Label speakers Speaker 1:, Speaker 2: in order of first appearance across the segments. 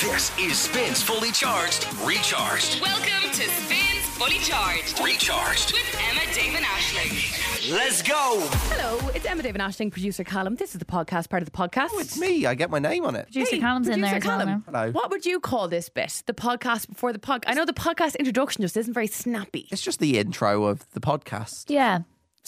Speaker 1: This is Spins Fully Charged, Recharged,
Speaker 2: Welcome to Spins Fully Charged
Speaker 1: Recharged.
Speaker 2: with Emma Damon Ashley.
Speaker 1: Let's go!
Speaker 3: Hello, it's Emma David Ashling, producer Column. This is the podcast part of the podcast.
Speaker 4: Oh, it's me. I get my name on it.
Speaker 5: Producer
Speaker 3: Hey,
Speaker 5: Callum's in there.
Speaker 3: producer
Speaker 5: as well
Speaker 3: Colm,
Speaker 5: now.
Speaker 4: now. Hello.
Speaker 3: What would you call this bit? The podcast before the podcast. I know the podcast introduction just isn't very snappy.
Speaker 4: It's just the intro of the podcast.
Speaker 5: Yeah.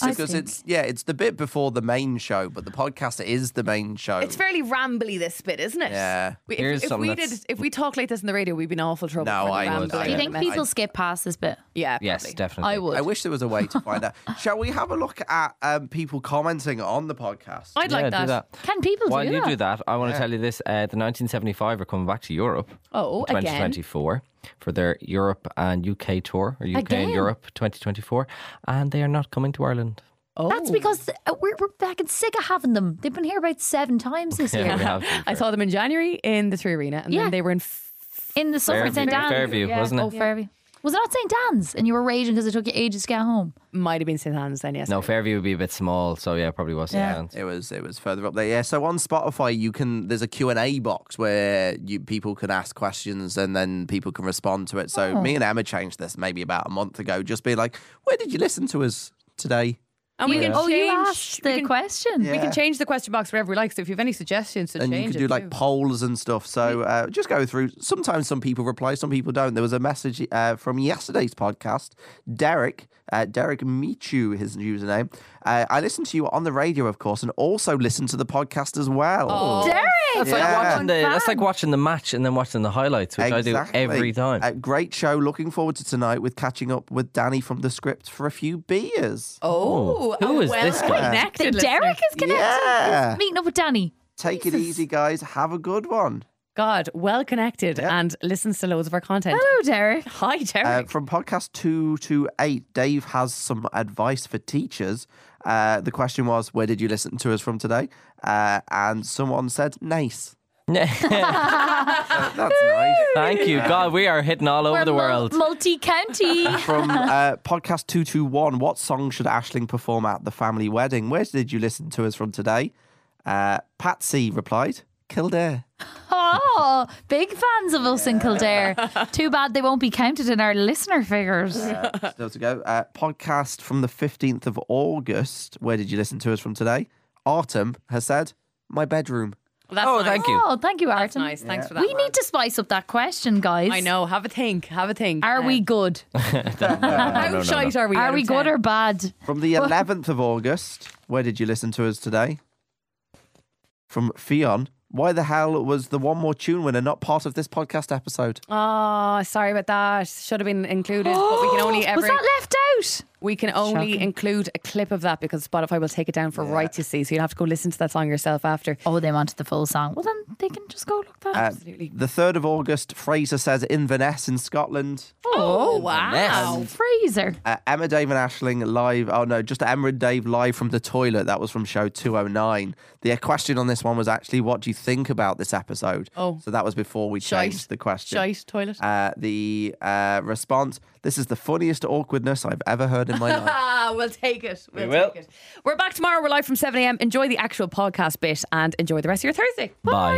Speaker 5: I
Speaker 4: because
Speaker 5: think.
Speaker 4: it's yeah, it's the bit before the main show, but the podcast is the main show.
Speaker 3: It's fairly rambly this bit, isn't it?
Speaker 4: Yeah.
Speaker 3: We-
Speaker 6: Here's
Speaker 3: if, if
Speaker 6: something
Speaker 3: we did,
Speaker 6: that's-
Speaker 3: if we talk like this in the radio, we'd be in awful trouble.
Speaker 4: No,
Speaker 3: for the
Speaker 4: I would-
Speaker 3: rambling
Speaker 4: I
Speaker 5: Do you
Speaker 4: Yeah,
Speaker 5: think
Speaker 3: element.
Speaker 5: people skip past this bit?
Speaker 3: Yeah,
Speaker 6: Yes,
Speaker 3: probably.
Speaker 6: definitely.
Speaker 5: I would.
Speaker 4: I wish there was a way to find out. Shall we have a look at um, people commenting on the podcast?
Speaker 3: I'd like
Speaker 6: Yeah, do
Speaker 5: Can people
Speaker 6: While
Speaker 5: do
Speaker 6: you
Speaker 5: that?
Speaker 6: do that, I want to tell you this: uh, the 1975 are coming back to Europe.
Speaker 3: Oh,
Speaker 6: in
Speaker 3: again.
Speaker 6: 2024 for their Europe and UK tour, or UK
Speaker 5: Again?
Speaker 6: and Europe 2024, and they are not coming to Ireland.
Speaker 3: Oh.
Speaker 5: That's because uh, we're, we're back and sick of having them. They've been here about seven times this
Speaker 6: Yeah,
Speaker 5: year.
Speaker 6: we have to be
Speaker 3: I
Speaker 6: fair.
Speaker 3: saw them in January in the Three Arena, and
Speaker 5: Yeah.
Speaker 3: then they were in. F-
Speaker 5: In the summer,
Speaker 6: Fairview.
Speaker 5: St. Dan.
Speaker 6: Fairview, wasn't it?
Speaker 5: Oh, Fairview. Was it not St. Dan's? And you were raging because it took you ages to get home.
Speaker 3: might have been St Anne's then, yes.
Speaker 6: No, Fairview would be a bit small, so yeah, probably was. Yeah.
Speaker 4: It was it was further up there. Yeah, so on Spotify you can there's a Q&A box where you people can ask questions and then people can respond to it. So
Speaker 5: Oh.
Speaker 4: me and Emma changed this maybe about a month ago just be like, "Where did you listen to us today?"
Speaker 3: And we can
Speaker 5: Oh, you
Speaker 3: change-
Speaker 5: asked
Speaker 3: we
Speaker 5: the
Speaker 3: can-
Speaker 5: question.
Speaker 3: We can change the question box wherever we like. So if you have any suggestions to
Speaker 4: and
Speaker 3: change
Speaker 4: you could
Speaker 3: it
Speaker 4: do like
Speaker 3: too.
Speaker 4: polls and stuff. So uh, just go through. Sometimes some people reply, some people don't. There was a message uh, from yesterday's podcast, Derek. Uh, Derek Michu, his username. Uh, I listened to you on the radio, of course, and also listened to the podcast as well.
Speaker 5: Derek!
Speaker 6: That's,
Speaker 4: Yeah.
Speaker 6: like watching the, that's like watching the match and then watching the highlights, which I do every time.
Speaker 4: Uh, great show. Looking forward to tonight with catching up with Danny from the script for a few beers.
Speaker 3: Oh,
Speaker 6: who
Speaker 3: a
Speaker 6: is this guy?
Speaker 3: well-connected
Speaker 5: The
Speaker 3: listener.
Speaker 5: Derek is connected.
Speaker 4: Yeah.
Speaker 5: He's meeting up with Danny.
Speaker 4: Take it easy, guys. Have a good one.
Speaker 3: God, well connected and listens to loads of our content.
Speaker 5: Hello, Derek.
Speaker 3: Hi,
Speaker 4: Uh,
Speaker 3: Derek.
Speaker 4: from podcast 228, Dave has some advice for teachers. Uh, the question was, where did you listen to us from today? Uh, and someone said, nice. That's nice.
Speaker 6: Thank you, God. We are hitting all over
Speaker 5: We're
Speaker 6: the
Speaker 5: mul-
Speaker 6: world.
Speaker 5: multi-county.
Speaker 4: From uh, podcast 221, what song should Ashling perform at the family wedding? Where did you listen to us from today? Uh, Patsy replied, Kildare.
Speaker 5: Oh, big fans of us in Kildare. Too bad they won't be counted in our listener figures.
Speaker 4: Still to go. Uh, podcast from the 15th of August. Where did you listen to us from today? Artem has said, my bedroom.
Speaker 3: That's
Speaker 6: Oh,
Speaker 3: nice.
Speaker 6: thank you.
Speaker 5: Oh, thank you, Artem.
Speaker 3: That's nice. Thanks for that.
Speaker 5: We need to spice up that question, guys.
Speaker 3: I know. Have a think. Have a think.
Speaker 5: Are
Speaker 3: Uh,
Speaker 5: we good?
Speaker 3: How shite are we? out
Speaker 5: Are
Speaker 3: of
Speaker 5: we
Speaker 3: 10?
Speaker 5: good or bad?
Speaker 4: From the 11th of August, where did you listen to us today? From Fion, why the hell was the One More Tune winner not part of this podcast episode? Uh,
Speaker 3: Oh, sorry about that. Should have been included, but we can only ever
Speaker 5: Was that left out?
Speaker 3: we can only include a clip of that because Spotify will take it down for right to see. So you'll have to go listen to that song yourself after.
Speaker 5: Oh, they wanted the full song. Well, then they can just go look that up.
Speaker 3: Absolutely.
Speaker 4: The 3rd of August, Fraser says Inverness in Scotland.
Speaker 3: Oh, wow.
Speaker 5: Fraser.
Speaker 4: Uh, Emma, Dave, and Ashling live. Oh, no, just Emma and Dave live from the toilet. That was from show 209. The question on this one was actually, what do you think about this episode?
Speaker 3: Oh.
Speaker 4: So that was before we
Speaker 3: Shite.
Speaker 4: changed the question.
Speaker 3: Shite toilet.
Speaker 4: Uh, the uh, response this is the funniest awkwardness I've ever heard in my life.
Speaker 3: Ah, we'll take it. We'll
Speaker 6: will.
Speaker 3: take it. We're back tomorrow. We're live from 7 a.m. Enjoy the actual podcast bit and enjoy the rest of your Thursday.
Speaker 6: Bye.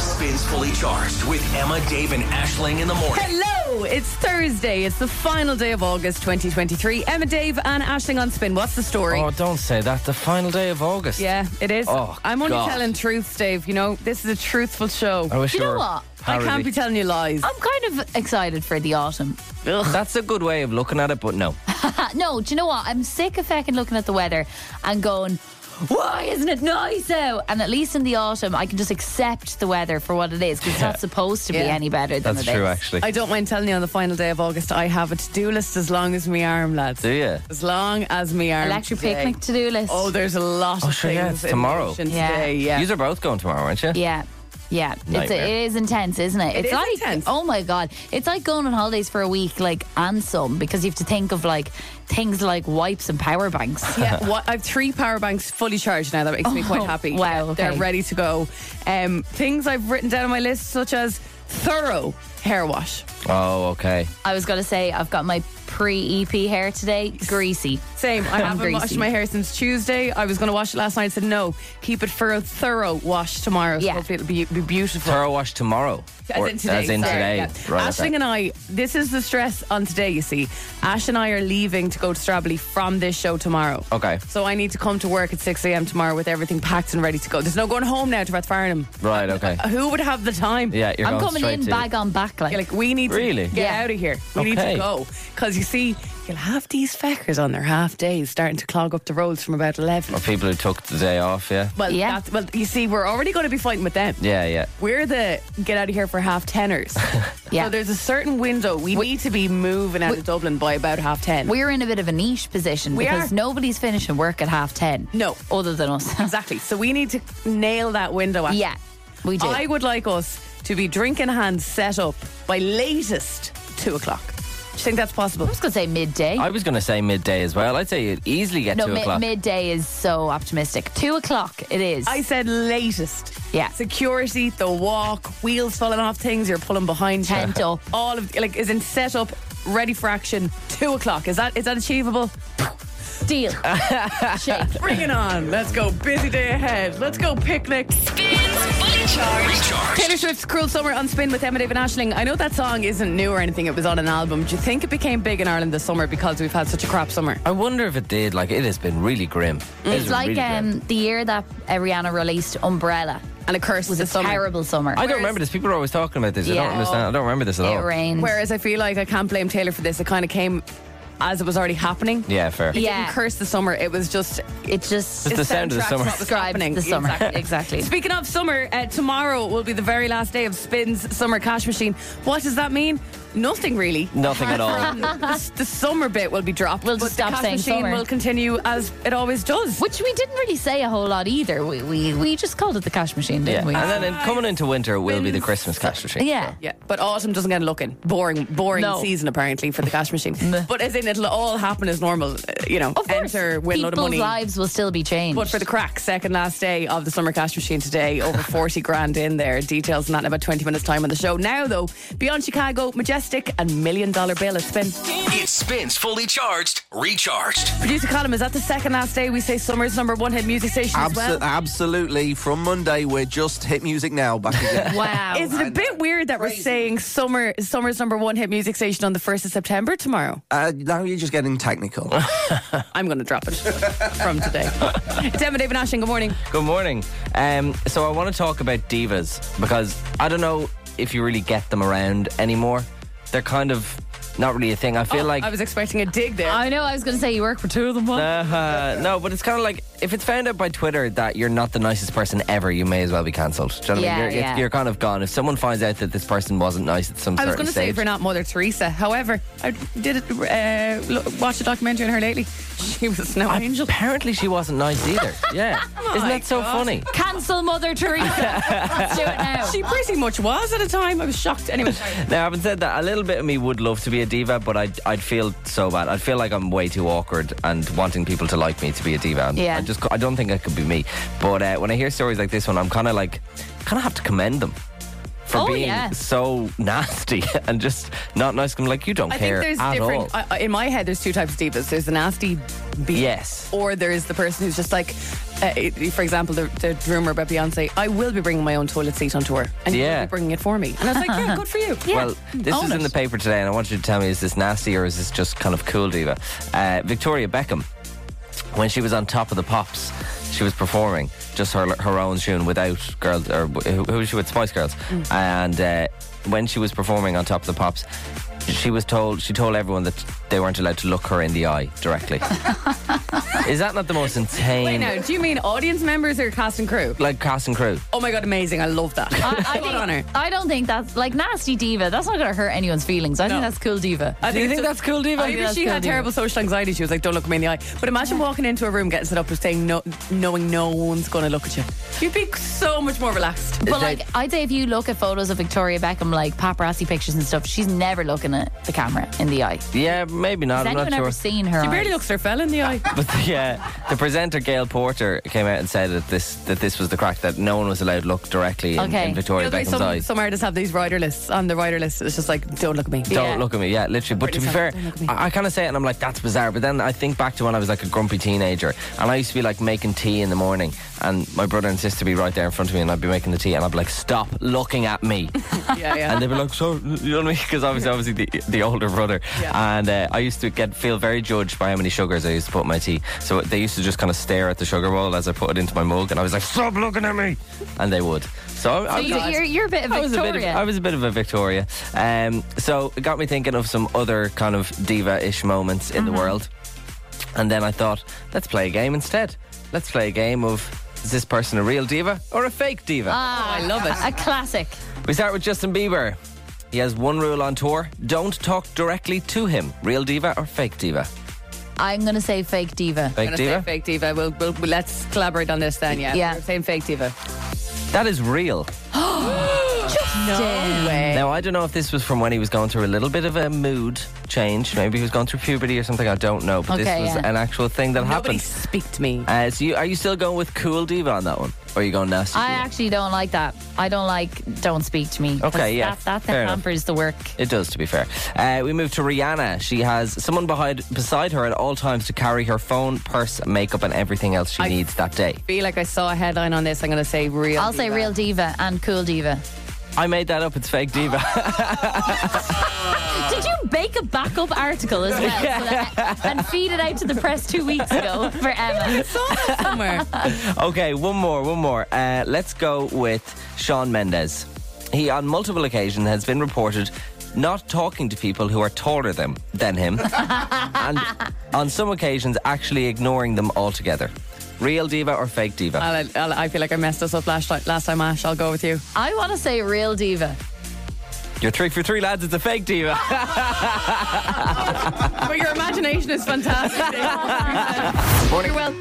Speaker 1: Spins Fully Charged with Emma, Dave, and Ashling in the morning.
Speaker 3: Hello, it's Thursday. It's the final day of August 2023. Emma, Dave, and Ashling on Spin. What's the story?
Speaker 6: Oh, don't say that. The final day of August.
Speaker 3: yeah, it is.
Speaker 6: Oh,
Speaker 3: I'm only
Speaker 6: God.
Speaker 3: telling truths, Dave. You know, this is a truthful show.
Speaker 6: I wish
Speaker 5: You
Speaker 6: you
Speaker 5: know
Speaker 6: were
Speaker 5: what?
Speaker 3: I can't be
Speaker 6: parody.
Speaker 3: telling you lies.
Speaker 5: I'm kind of excited for the autumn.
Speaker 6: That's a good way of looking at it, but no.
Speaker 5: Uh, no, do you know what? I'm sick of fucking looking at the weather and going, why isn't it nice out? And at least in the autumn, I can just accept the weather for what it is because it's not supposed to be
Speaker 3: Yeah.
Speaker 5: any better than
Speaker 6: That's
Speaker 5: it
Speaker 6: true,
Speaker 5: is.
Speaker 6: actually.
Speaker 3: I don't mind telling you on the final day of August, I have a to do list as long as me arm, lads.
Speaker 6: Do you?
Speaker 3: As long as me arm.
Speaker 5: Electric
Speaker 3: today.
Speaker 5: picnic to do list.
Speaker 3: Oh, there's a lot
Speaker 6: Oh,
Speaker 3: of
Speaker 6: sure,
Speaker 3: things
Speaker 6: yeah, it's
Speaker 3: in
Speaker 6: tomorrow.
Speaker 3: motion
Speaker 5: Yeah.
Speaker 3: Today. Yeah.
Speaker 6: You're both going tomorrow, aren't you?
Speaker 5: Yeah. Yeah, it's
Speaker 6: Nightmare.
Speaker 5: it is intense, isn't it? it's
Speaker 3: is
Speaker 5: like
Speaker 3: intense.
Speaker 5: oh my god, it's like going on holidays for a week, like and some because you have to think of like things like wipes and power banks.
Speaker 3: Yeah, what, I have three power banks fully charged now. That makes me quite
Speaker 5: Oh,
Speaker 3: happy.
Speaker 5: wow,
Speaker 3: Yeah,
Speaker 5: okay.
Speaker 3: They're ready to go. Um, things I've written down on my list, such as thorough hair wash.
Speaker 6: Oh, okay.
Speaker 5: I was gonna say I've got my pre EP hair today, greasy.
Speaker 3: Same. I haven't
Speaker 5: greasy.
Speaker 3: washed my hair since Tuesday. I was going to wash it last night. I said no. Keep it for a thorough wash tomorrow. So
Speaker 5: Yeah.
Speaker 3: hopefully it'll be, be beautiful.
Speaker 6: Thorough wash tomorrow.
Speaker 3: As
Speaker 6: Or-
Speaker 3: in today.
Speaker 6: As in
Speaker 3: sorry,
Speaker 6: today.
Speaker 3: yeah.
Speaker 6: Right,
Speaker 3: Ashling
Speaker 6: okay.
Speaker 3: and I, this is the stress on today, you see. Ash and I are leaving to go to Strably from this show tomorrow.
Speaker 6: Okay.
Speaker 3: So I need to come to work at 6 a.m. tomorrow with everything packed and ready to go. There's no going home now to Rathfarnham.
Speaker 6: Right, okay.
Speaker 3: Who would have the time?
Speaker 6: Yeah, you're
Speaker 5: I'm
Speaker 6: going
Speaker 5: coming
Speaker 6: straight
Speaker 5: in
Speaker 6: to-
Speaker 5: bag on back. Like,
Speaker 3: You're like, we need to
Speaker 6: Really?
Speaker 3: get
Speaker 5: Yeah.
Speaker 3: out of here. We need to
Speaker 6: Okay.
Speaker 3: go. Because you see, you'll have these feckers on their half days starting to clog up the roads from about 11.
Speaker 6: Or people who took the day off, yeah.
Speaker 3: Well,
Speaker 5: Yeah.
Speaker 3: that's, well, you see, we're already going to be fighting with them.
Speaker 6: Yeah, yeah.
Speaker 3: We're the get out of here for half teners.
Speaker 5: Yeah.
Speaker 3: So "Oh, there's a certain window. We, need to be moving out of Dublin by about half ten.
Speaker 5: we're in a bit of a niche position
Speaker 3: We
Speaker 5: because
Speaker 3: are.
Speaker 5: nobody's finishing work at half ten.
Speaker 3: No.
Speaker 5: other than us.
Speaker 3: exactly. So we need to nail that window. Actually.
Speaker 5: yeah, we do.
Speaker 3: I would like us to be drink in hand set up by latest two o'clock. Do you think that's possible?
Speaker 5: I was going to say midday.
Speaker 6: I was going to say midday as well. I'd say you'd easily get
Speaker 5: no,
Speaker 6: two
Speaker 5: mi-
Speaker 6: o'clock.
Speaker 5: midday is so optimistic. Two o'clock it is.
Speaker 3: I said latest.
Speaker 5: Yeah.
Speaker 3: Security, the walk, wheels falling off things, you're pulling behind you.
Speaker 5: Tent up.
Speaker 3: All of like is in set up, ready for action, two o'clock. Is that is that achievable?
Speaker 5: Deal. Shake.
Speaker 3: Bring it on. Let's go. Busy day ahead. Let's go picnic.
Speaker 2: Spins Fully Charged.
Speaker 3: Taylor
Speaker 1: Recharged.
Speaker 3: Swift's Cruel Summer on Spin with Emma David Ashling. I know that song isn't new or anything. It was on an album. Do you think it became big in Ireland this summer because we've had such a crap summer?
Speaker 6: I wonder if it did. Like, it has been really grim.
Speaker 5: Mm, It's like um, the year that uh, Rihanna released Umbrella.
Speaker 3: And a curse
Speaker 5: was
Speaker 3: the
Speaker 5: a
Speaker 3: summer.
Speaker 5: terrible summer.
Speaker 6: I don't remember this. People are always talking about this. I
Speaker 5: Yeah.
Speaker 6: don't understand. I don't remember this at
Speaker 5: It
Speaker 6: all.
Speaker 5: rained.
Speaker 3: Whereas I feel like I can't blame Taylor for this. It kind of came as it was already happening.
Speaker 6: Yeah, fair.
Speaker 5: Yeah.
Speaker 3: Didn't curse the summer. It was just
Speaker 5: it just
Speaker 6: It's the sound of the
Speaker 3: soundtrack's
Speaker 6: summer.
Speaker 3: what was
Speaker 5: Describes
Speaker 3: happening.
Speaker 5: the summer.
Speaker 3: Exactly.
Speaker 5: Exactly.
Speaker 3: Speaking of summer, uh, tomorrow will be the very last day of Spin's summer cash machine. What does that mean? Nothing really.
Speaker 6: Nothing at all.
Speaker 3: Um, the, the summer bit will be dropped.
Speaker 5: We'll
Speaker 3: but
Speaker 5: just
Speaker 3: the
Speaker 5: stop
Speaker 3: cash
Speaker 5: saying
Speaker 3: machine
Speaker 5: summer.
Speaker 3: will continue as it always does.
Speaker 5: which we didn't really say a whole lot either. We we, we just called it the cash machine,
Speaker 6: Yeah.
Speaker 5: didn't
Speaker 6: And
Speaker 5: we?
Speaker 6: then in, coming into winter will be the
Speaker 3: Spins.
Speaker 6: Christmas cash machine.
Speaker 5: yeah.
Speaker 3: Yeah, but autumn doesn't get a look in. Boring, boring
Speaker 5: No.
Speaker 3: season apparently for the cash machine. But as in, it'll all happen as normal. uh, You know,
Speaker 5: Of course,
Speaker 3: enter, win a load of
Speaker 5: people's
Speaker 3: money.
Speaker 5: lives will still be changed.
Speaker 3: But for the crack, second last day of the summer cash machine today, over 40 grand in there. Details on that in about 20 minutes' time on the show. Now, though, Beyond Chicago, Majestic, and Million Dollar Bill at Spin.
Speaker 1: It spins fully charged, recharged.
Speaker 3: Producer Colin, is that the second last day we say summer's number one hit music station
Speaker 4: Abso-
Speaker 3: as well?
Speaker 4: Absolutely. From Monday, we're just hit music now back again.
Speaker 5: wow,
Speaker 3: Is it a bit weird that we're saying summer summer's number one hit music station on the 1st of September tomorrow?
Speaker 4: uh, now you're just getting technical.
Speaker 3: I'm going to drop it from today. it's Emma David Ashing, good morning.
Speaker 6: Good morning. Um, so I want to talk about divas because I don't know if you really get them around anymore. They're kind of not really a thing. I feel
Speaker 3: Oh,
Speaker 6: like
Speaker 3: I was expecting a dig there.
Speaker 5: I know. I was going to say you work for two of them. One.
Speaker 6: Uh, no, but it's kind of like if it's found out by Twitter that you're not the nicest person ever, you may as well be cancelled. Do you know what
Speaker 5: Yeah,
Speaker 6: I mean? You're, it's-
Speaker 5: yeah.
Speaker 6: you're kind of gone. If someone finds out that this person wasn't nice at some
Speaker 3: I was
Speaker 6: certain
Speaker 3: going to say
Speaker 6: stage,
Speaker 3: for not Mother Teresa. However, I did uh, lo- watch a documentary on her lately. She was no angel. Oh
Speaker 6: apparently she wasn't nice either. yeah, isn't that so
Speaker 3: God.
Speaker 6: funny?
Speaker 5: Cancel Mother Teresa. Let's do it now.
Speaker 3: She pretty much was at a time. I was shocked. Anyway,
Speaker 6: Now, having said that, a little bit of me would love to be a diva, but I'd, I'd feel so bad. I'd feel like I'm way too awkward and wanting people to like me to be a diva. And
Speaker 5: Yeah.
Speaker 6: I just I don't think it could be me. But uh, when I hear stories like this one, I'm kind of like, kind of have to commend them for
Speaker 5: Oh,
Speaker 6: being
Speaker 5: yeah.
Speaker 6: so nasty and just not nice. I'm like, you don't
Speaker 3: I think
Speaker 6: care
Speaker 3: there's
Speaker 6: at
Speaker 3: different.
Speaker 6: all.
Speaker 3: I, I- in my head, there's two types of divas. There's the nasty, beat,
Speaker 6: Yes.
Speaker 3: or there's the person who's just like. Uh, it- for example, the, the rumor about Beyonce, I will be bringing my own toilet seat on tour, and
Speaker 6: Yeah.
Speaker 3: you'll be bringing it for me. And I was like, yeah, good for you. Yeah.
Speaker 6: Well,
Speaker 5: Hmm.
Speaker 6: this
Speaker 3: Own
Speaker 6: is in
Speaker 3: it.
Speaker 6: the paper today, and I want you to tell me is this nasty or is this just kind of cool diva? Uh, Victoria Beckham, when she was on top of the pops, she was performing just her her own tune without girls or who, who was she with Spice Girls,
Speaker 5: Hmm.
Speaker 6: and uh, when she was performing on top of the pops. She was told. She told everyone that they weren't allowed to look her in the eye directly. Is that not the most
Speaker 3: Wait,
Speaker 6: insane?
Speaker 3: now, do you mean audience members or cast and crew?
Speaker 6: Like cast and crew.
Speaker 3: Oh my god, amazing! I love that.
Speaker 5: I, I,
Speaker 3: Good on her.
Speaker 5: think, I don't think that's like nasty diva. That's not going to hurt anyone's feelings. I
Speaker 3: No.
Speaker 5: think that's cool diva.
Speaker 3: I
Speaker 6: Do you think
Speaker 3: it's a-
Speaker 6: that's cool, Diva?
Speaker 5: I
Speaker 3: Maybe
Speaker 5: think
Speaker 3: she
Speaker 5: that's
Speaker 3: had
Speaker 5: good, yeah.
Speaker 3: terrible social anxiety. She was like, "Don't look me in the eye." But imagine walking into a room, getting set up, and saying, "No, knowing no one's going to look at you." You'd be so much more relaxed.
Speaker 5: But
Speaker 6: that-
Speaker 5: like, I'd say if you look at photos of Victoria Beckham, like paparazzi pictures and stuff, she's never looking the, the camera in the eye.
Speaker 6: Yeah, maybe
Speaker 5: Has
Speaker 6: not. I'm
Speaker 5: anyone
Speaker 6: not sure.
Speaker 5: ever seen her?
Speaker 3: She barely
Speaker 5: eyes?
Speaker 3: looks her fell in the eye.
Speaker 6: But the, uh, the presenter Gail Porter came out and said that this that this was the crack that no one was allowed to look directly in,
Speaker 5: Okay.
Speaker 6: in Victoria
Speaker 3: You know,
Speaker 6: Beckham's
Speaker 3: some,
Speaker 6: eyes.
Speaker 3: some artists have these rider lists. On the rider list, it's just like, don't look at me.
Speaker 6: don't
Speaker 5: Yeah.
Speaker 6: look at me, yeah, literally. But to be fair,
Speaker 3: Don't look at me.
Speaker 6: I, I kind of say it and I'm like, that's bizarre. But then I think back to when I was like a grumpy teenager and I used to be like making tea in the morning and my brother and sister would be right there in front of me and I'd be making the tea and I'd be like, stop looking at me.
Speaker 3: Yeah, yeah.
Speaker 6: and they were like, so you know what I mean? Because obviously, obviously the, the older brother,
Speaker 3: Yeah.
Speaker 6: and uh, I used to get feel very judged by how many sugars I used to put in my tea. So they used to just kind of stare at the sugar bowl as I put it into my mug, and I was like, stop looking at me, and they would. So, I,
Speaker 5: So you, you're, you're a bit of
Speaker 6: I was a
Speaker 5: Victoria.
Speaker 6: bit of, I was a Oh, bit of a Victoria. Um, so it got me thinking of some other kind of diva-ish moments in the world, and then I thought, let's play a game instead. Let's play a game of. Is this person a real diva or a fake diva?
Speaker 5: Ah,
Speaker 3: I love it.
Speaker 5: A classic.
Speaker 6: We start with Justin Bieber. He has one rule on tour don't talk directly to him. Real diva or fake diva?
Speaker 5: I'm going to say fake diva.
Speaker 6: Fake
Speaker 3: I'm gonna
Speaker 6: diva?
Speaker 3: say fake diva. We'll, we'll, we'll- let's collaborate on this then. Yeah,
Speaker 5: Yeah.
Speaker 3: We're saying fake diva.
Speaker 6: That is real.
Speaker 5: Damn.
Speaker 6: Now, I don't know if this was from when he was going through a little bit of a mood change. Maybe he was going through puberty or something. I don't know. But
Speaker 5: Okay,
Speaker 6: this was
Speaker 5: yeah.
Speaker 6: an actual thing that
Speaker 3: Nobody
Speaker 6: happened.
Speaker 3: speak to me.
Speaker 6: Uh, so, you, are you still going with cool diva on that one? Or are you going nasty?
Speaker 5: I
Speaker 6: diva?
Speaker 5: actually don't like that. I don't like don't speak to me. 'Cause
Speaker 6: Okay, yeah,
Speaker 5: That, that
Speaker 6: fair
Speaker 5: then
Speaker 6: enough.
Speaker 5: hampers the work.
Speaker 6: It does, to be fair. Uh, we move to Rihanna. She has someone behind, beside her at all times to carry her phone, purse, makeup, and everything else she
Speaker 3: I-
Speaker 6: needs that day.
Speaker 3: Feel like I saw a headline on this. I'm going to say real.
Speaker 5: I'll say
Speaker 3: diva.
Speaker 5: real diva and cool diva.
Speaker 6: I made that up. It's fake diva.
Speaker 5: Did you bake a backup article as well for that- and feed it out to the press two weeks ago for Emma?
Speaker 3: somewhere.
Speaker 6: Okay, one more, one more. Uh, let's go with Sean Mendes. He, on multiple occasions, has been reported not talking to people who are taller than, than him, and on some occasions, actually ignoring them altogether. Real diva or fake diva?
Speaker 3: I'll, I'll, I feel like I messed us up last time, last time, Ash. I'll go with you.
Speaker 5: I want to say real diva.
Speaker 3: Oh.
Speaker 6: You're three for three, lads. It's a fake diva.
Speaker 3: But your imagination is fantastic. Morning, well.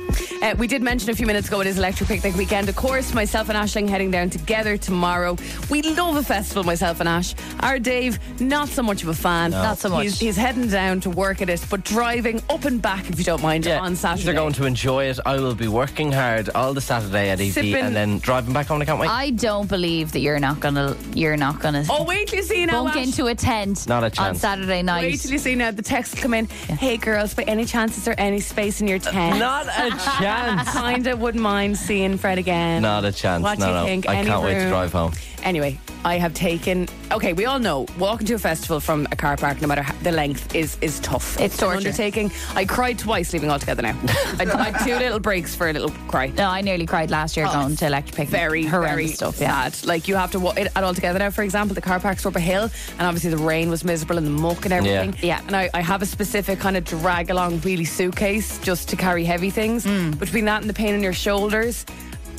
Speaker 3: Uh, we did mention a few minutes ago it is Electric Picnic weekend. Of course, myself and Ashling heading down together tomorrow. We love a festival, myself and Ash. Our Dave, not so much of a fan.
Speaker 5: Not so much.
Speaker 3: He's, he's heading down to work at it, but driving up and back, if you don't mind, on Saturday.
Speaker 6: They're going to enjoy it. I will be working hard all the Saturday at EP
Speaker 3: Sipping-
Speaker 6: and then driving back home. I can't wait.
Speaker 5: I don't believe that you're not gonna you're not gonna
Speaker 3: Oh, wait till you see now.
Speaker 5: bunk
Speaker 3: Ash.
Speaker 5: into a tent
Speaker 6: Not a
Speaker 5: on
Speaker 6: chance.
Speaker 5: Saturday
Speaker 3: Wait
Speaker 5: night.
Speaker 3: till you see now. The text come in. Hey, girls, by any chance, is there any space in your tent?
Speaker 6: Uh, Not a chance.
Speaker 3: Kinda wouldn't mind seeing Fred again.
Speaker 6: Not a chance.
Speaker 3: What
Speaker 6: no,
Speaker 3: do you
Speaker 6: no.
Speaker 3: think?
Speaker 6: I
Speaker 3: Any
Speaker 6: can't wait to
Speaker 3: room?
Speaker 6: drive home.
Speaker 3: Anyway, I have taken. Okay, we all know walking to a festival from a car park, no matter how, the length, is is tough.
Speaker 5: It's
Speaker 3: an
Speaker 5: torture.
Speaker 3: undertaking. I cried twice leaving altogether now. I, I had two little breaks for a little cry.
Speaker 5: No, I nearly cried last year going to electric picnic.
Speaker 3: Very,
Speaker 5: horrendous
Speaker 3: very
Speaker 5: stuff. Yeah.
Speaker 3: sad. Like you have to walk it all together now. For example, the car park's up a hill, and obviously the rain was miserable and the muck and everything.
Speaker 5: Yeah.
Speaker 3: And I, I have a specific kind of drag along wheelie suitcase just to carry heavy things.
Speaker 5: Hmm.
Speaker 3: Between that and the pain in your shoulders.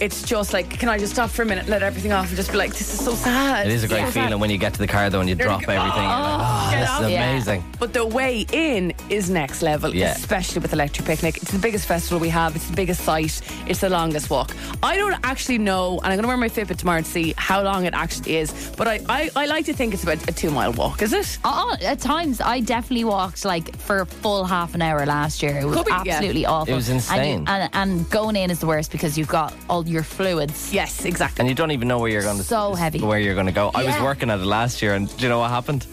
Speaker 3: It's just like, can I just stop for a minute, let everything off, and just be like, this is so sad.
Speaker 6: It is a great
Speaker 3: So sad.
Speaker 6: feeling when you get to the car though and you drop
Speaker 3: like,
Speaker 6: everything. and you're like, oh,
Speaker 3: get
Speaker 6: this
Speaker 3: off."
Speaker 6: is
Speaker 5: Yeah.
Speaker 6: amazing.
Speaker 3: But the way in is next level,
Speaker 6: Yeah.
Speaker 3: especially with Electric Picnic. It's the biggest festival we have, it's the biggest site, it's the longest walk. I don't actually know, and I'm going to wear my Fitbit tomorrow to see how long it actually is, but I, I, I like to think it's about a two mile walk, is it?
Speaker 5: Oh, at times, I definitely walked like for a full half an hour last year. It was
Speaker 3: Could be, yeah.
Speaker 5: absolutely awful.
Speaker 6: It was
Speaker 5: And you-
Speaker 6: insane.
Speaker 5: And, and, going in is the worst because you've got all your fluids.
Speaker 3: Yes, exactly.
Speaker 6: And you don't even know where you're going to
Speaker 5: So heavy.
Speaker 6: Where you're going to go. I was
Speaker 5: Yeah.
Speaker 6: working at it last year and do you know what happened?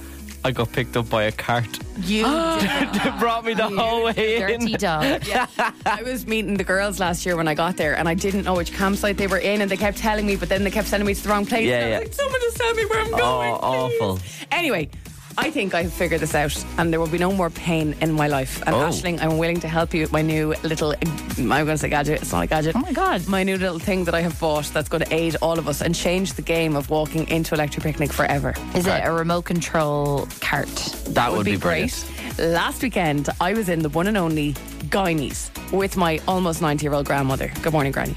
Speaker 6: I got picked up by a cart.
Speaker 3: You
Speaker 6: They
Speaker 3: Ah,
Speaker 6: brought me the whole way in.
Speaker 5: Dirty dog.
Speaker 3: I was meeting the girls last year when I got there, and I didn't know which campsite they were in, and they kept telling me, but then they kept sending me to the wrong place.
Speaker 6: Yeah,
Speaker 3: And I was
Speaker 6: yeah. Oh,
Speaker 3: like, someone just tell me where I'm going. please."
Speaker 6: awful.
Speaker 3: Anyway, I think I have figured this out, and there will be no more pain in my life. And
Speaker 6: Oh.
Speaker 3: Ashling, I'm willing to help you with my new little. I'm going to say gadget. It's not a gadget.
Speaker 5: Oh my God.
Speaker 3: My new little thing that I have bought that's going to aid all of us and change the game of walking into Electric Picnic forever.
Speaker 5: Is it a remote control cart?
Speaker 6: That would, be brilliant.
Speaker 3: Last weekend, I was in the one and only Guineas with my almost 90 year old grandmother. Good morning, Granny.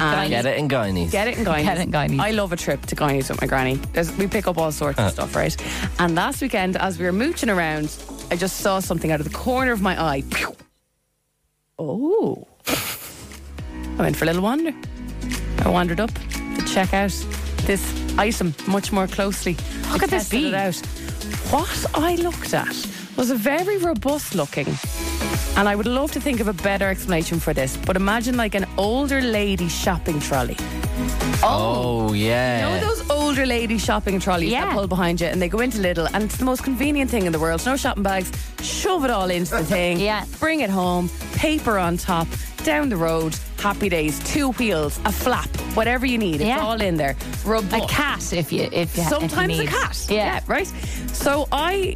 Speaker 3: And
Speaker 6: Get it in Guyanese.
Speaker 3: Get it in Guineas.
Speaker 5: Get it in Guineas.
Speaker 3: I love a trip to Guineas with my granny. There's, we pick up all sorts of stuff, right? And last weekend, as we were mooching around, I just saw something out of the corner of my eye. Pew! Oh. I went for a little wander. I wandered up to check out this item much more closely.
Speaker 5: How could this
Speaker 3: tested
Speaker 5: be?
Speaker 3: It out. What I looked at was a very robust looking, and I would love to think of a better explanation for this, but imagine like an older lady shopping trolley.
Speaker 6: Oh,
Speaker 3: You
Speaker 6: yeah.
Speaker 3: know those older lady shopping trolleys
Speaker 5: Yeah.
Speaker 3: that pull behind you and they go into Lidl and it's the most convenient thing in the world. No shopping bags. Shove it all into the thing.
Speaker 5: Yeah.
Speaker 3: Bring it home. Paper on top. Down the road. Happy days. Two wheels. A flap. Whatever you need. It's
Speaker 5: Yeah.
Speaker 3: all in there.
Speaker 5: A
Speaker 3: Robust.
Speaker 5: cat, if you if you if you
Speaker 3: Sometimes a
Speaker 5: need.
Speaker 3: cat.
Speaker 5: Yeah.
Speaker 3: right? So I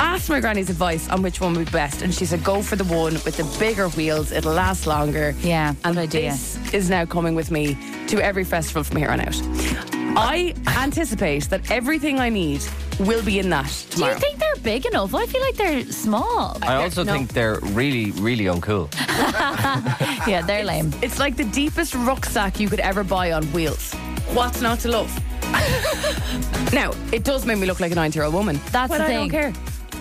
Speaker 3: asked my granny's advice on which one would be best, and she said, go for the one with the bigger wheels, it'll last longer.
Speaker 5: Yeah,
Speaker 3: and
Speaker 5: good idea.
Speaker 3: this is now coming with me to every festival from here on out. I anticipate that everything I need will be in that.
Speaker 5: Do
Speaker 3: Tomorrow.
Speaker 5: you think they're big enough? I feel like they're small.
Speaker 6: I also
Speaker 3: no.
Speaker 6: think they're really, really uncool.
Speaker 5: yeah, they're lame.
Speaker 3: It's like the deepest rucksack you could ever buy on wheels. What's not to love? now, it does make me look like a 90 year old woman.
Speaker 5: That's
Speaker 3: but
Speaker 5: the
Speaker 3: I
Speaker 5: thing.
Speaker 3: don't care.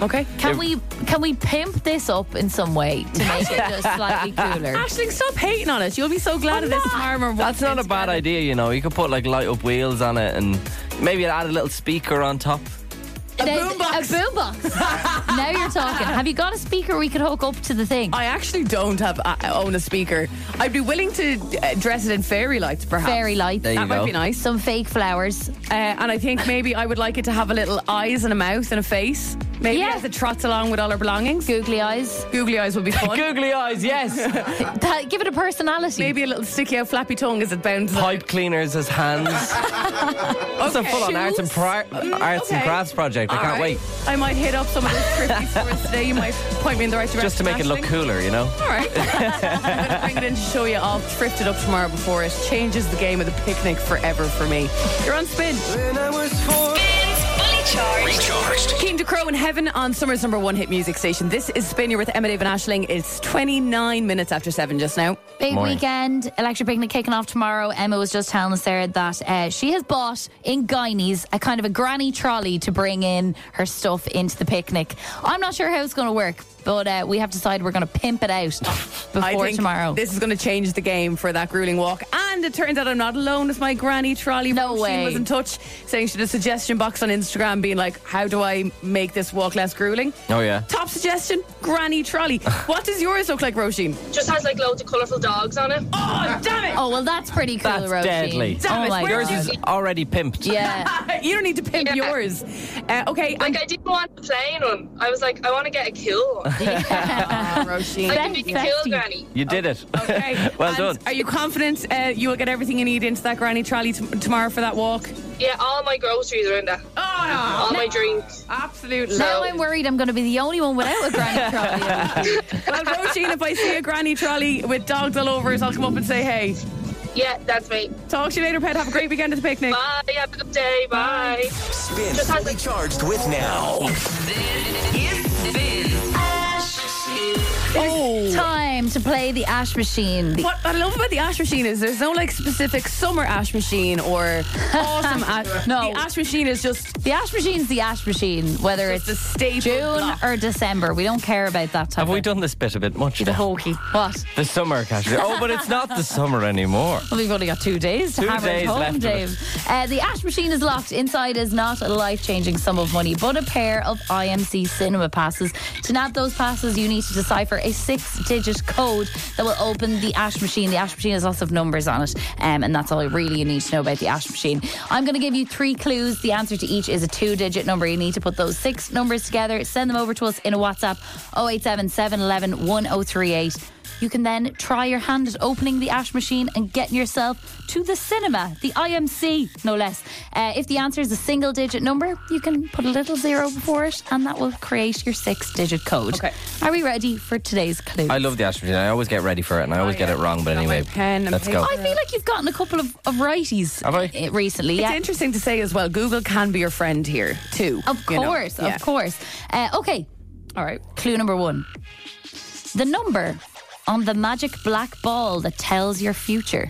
Speaker 3: Okay?
Speaker 5: Can we can we pimp this up in some way to make it just slightly cooler?
Speaker 3: Ashling, stop hating on it. You'll be so glad of this armor.
Speaker 6: That's not a bad idea, you know. You could put like light up wheels on it and maybe add a little speaker on top.
Speaker 5: A
Speaker 3: boombox.
Speaker 5: A boombox. now you're talking. Have you got a speaker we could hook up to the thing?
Speaker 3: I actually don't have I own a speaker. I'd be willing to uh, dress it in fairy lights, perhaps.
Speaker 5: Fairy lights.
Speaker 6: There you
Speaker 3: That might
Speaker 6: go.
Speaker 3: be nice.
Speaker 5: Some fake flowers.
Speaker 3: Uh, and I think maybe I would like it to have a little eyes and a mouth and a face. Maybe
Speaker 5: Yeah.
Speaker 3: as it trots along with all her belongings.
Speaker 5: Googly eyes.
Speaker 3: Googly eyes would be fun.
Speaker 6: Googly eyes, yes.
Speaker 5: That- give it a personality.
Speaker 3: maybe a little sticky out flappy tongue as it bounds.
Speaker 6: Pipe cleaners as hands. That's a full on arts and pri- arts and
Speaker 3: okay.
Speaker 6: crafts project. I
Speaker 3: All
Speaker 6: can't
Speaker 3: right.
Speaker 6: wait.
Speaker 3: I might hit up some of those thrifty stores today. You might point me in the right direction.
Speaker 6: Just to make it look
Speaker 3: Aisling.
Speaker 6: cooler, you know.
Speaker 3: All right. I'm going to bring it in to show you. I'll thrift it up tomorrow before it changes the game of the picnic forever for me. You're on spin.
Speaker 2: Spins Fully Charged.
Speaker 1: Recharged.
Speaker 3: King to Crow in Heaven on summer's number one hit music station. This is Spin. You're with Emma Dave and Ashling. It's 29 minutes after seven just now.
Speaker 5: Big
Speaker 6: Morning.
Speaker 5: weekend, electric picnic kicking off tomorrow. Emma was just telling us there that uh, she has bought in Guineas a kind of a granny trolley to bring in her stuff into the picnic. I'm not sure how it's going to work, but uh, we have decided we're going to pimp it out
Speaker 3: I
Speaker 5: before
Speaker 3: think
Speaker 5: tomorrow.
Speaker 3: This is going to change the game for that grueling walk. And it turns out I'm not alone with my granny trolley.
Speaker 5: No
Speaker 3: Roisin
Speaker 5: way.
Speaker 3: was in touch saying she had a suggestion box on Instagram being like, how do I make this walk less grueling?
Speaker 6: Oh, yeah.
Speaker 3: Top suggestion, granny trolley. what does yours look like, Roisin?
Speaker 7: just has like loads of colourful dogs on it.
Speaker 3: Oh, damn it.
Speaker 5: oh, well, that's pretty cool,
Speaker 6: That's
Speaker 5: Roisin.
Speaker 6: deadly.
Speaker 3: Damn
Speaker 5: oh,
Speaker 3: it,
Speaker 5: my
Speaker 3: where's
Speaker 5: God.
Speaker 6: Yours is already pimped.
Speaker 5: yeah.
Speaker 3: you don't need to pimp
Speaker 7: Yeah.
Speaker 3: yours. Uh, okay,
Speaker 7: Like I didn't want a plain one. I was like, I want to get a cool one.
Speaker 3: I'm Roisin.
Speaker 7: I can be a cool
Speaker 5: Fancy.
Speaker 7: granny.
Speaker 6: You did it.
Speaker 3: Okay.
Speaker 6: well
Speaker 3: And
Speaker 6: done.
Speaker 3: Are you confident uh, you will get everything you need into that granny trolley t- tomorrow for that walk?
Speaker 7: Yeah, all my groceries are in there.
Speaker 3: Oh,
Speaker 7: All my drinks.
Speaker 3: absolutely.
Speaker 5: Now I'm worried I'm going to be the only one without a granny trolley.
Speaker 3: well, Roisin, if I see a granny trolley with dogs all over it, I'll come up and say, hey.
Speaker 7: Yeah, that's me.
Speaker 3: Talk to you later, pet. Have a great weekend at the picnic.
Speaker 7: Bye. Have a good day. Bye.
Speaker 5: Mm.
Speaker 1: Spin
Speaker 7: Just has
Speaker 1: fully
Speaker 7: a-
Speaker 1: charged with now.
Speaker 3: Oh.
Speaker 5: Time to play the ash machine.
Speaker 3: What I love about the ash machine is there's no like specific summer ash machine or autumn ash.
Speaker 5: No.
Speaker 3: the ash machine is just
Speaker 5: The ash machine's the ash machine, whether
Speaker 3: Just
Speaker 5: it's
Speaker 3: a staple
Speaker 5: June
Speaker 3: block.
Speaker 5: or December. We don't care about that type
Speaker 6: Have we
Speaker 5: of
Speaker 6: done this bit a bit much?
Speaker 5: the
Speaker 6: now?
Speaker 5: hokey. What?
Speaker 6: The summer casual. Oh, but it's not the summer anymore.
Speaker 5: Well, we've only got two days to
Speaker 6: Two
Speaker 5: hammer
Speaker 6: days
Speaker 5: it home,
Speaker 6: left of it.
Speaker 5: Dave. Uh, the ash machine is locked. Inside is not a life-changing sum of money, but a pair of IMC cinema passes. To nab those passes, you need to decipher a six-digit code that will open the ash machine. The ash machine has lots of numbers on it, um, and that's all really you need to know about the ash machine. I'm going to give you three clues. The answer to each is a two-digit number. You need to put those six numbers together. Send them over to us in a WhatsApp 087 711 1038. You can then try your hand at opening the ash machine and getting yourself to the cinema, the IMC, no less. Uh, if the answer is a single digit number, you can put a little zero before it and that will create your six digit code.
Speaker 3: Okay.
Speaker 5: Are we ready for today's clue?
Speaker 6: I love the ash machine. I always get ready for it
Speaker 3: Oh,
Speaker 6: and I always get it wrong, but anyway.
Speaker 3: pen and
Speaker 6: let's go.
Speaker 5: I feel like you've gotten a couple of, of righties
Speaker 6: Have I?
Speaker 5: i- recently.
Speaker 3: It's
Speaker 5: yeah.
Speaker 3: interesting to say as well. Google can be your friend here too.
Speaker 5: Of
Speaker 3: you know.
Speaker 5: course,
Speaker 3: Yeah.
Speaker 5: of course. Uh, okay. All right. Clue number one the number on the magic black ball that tells your future.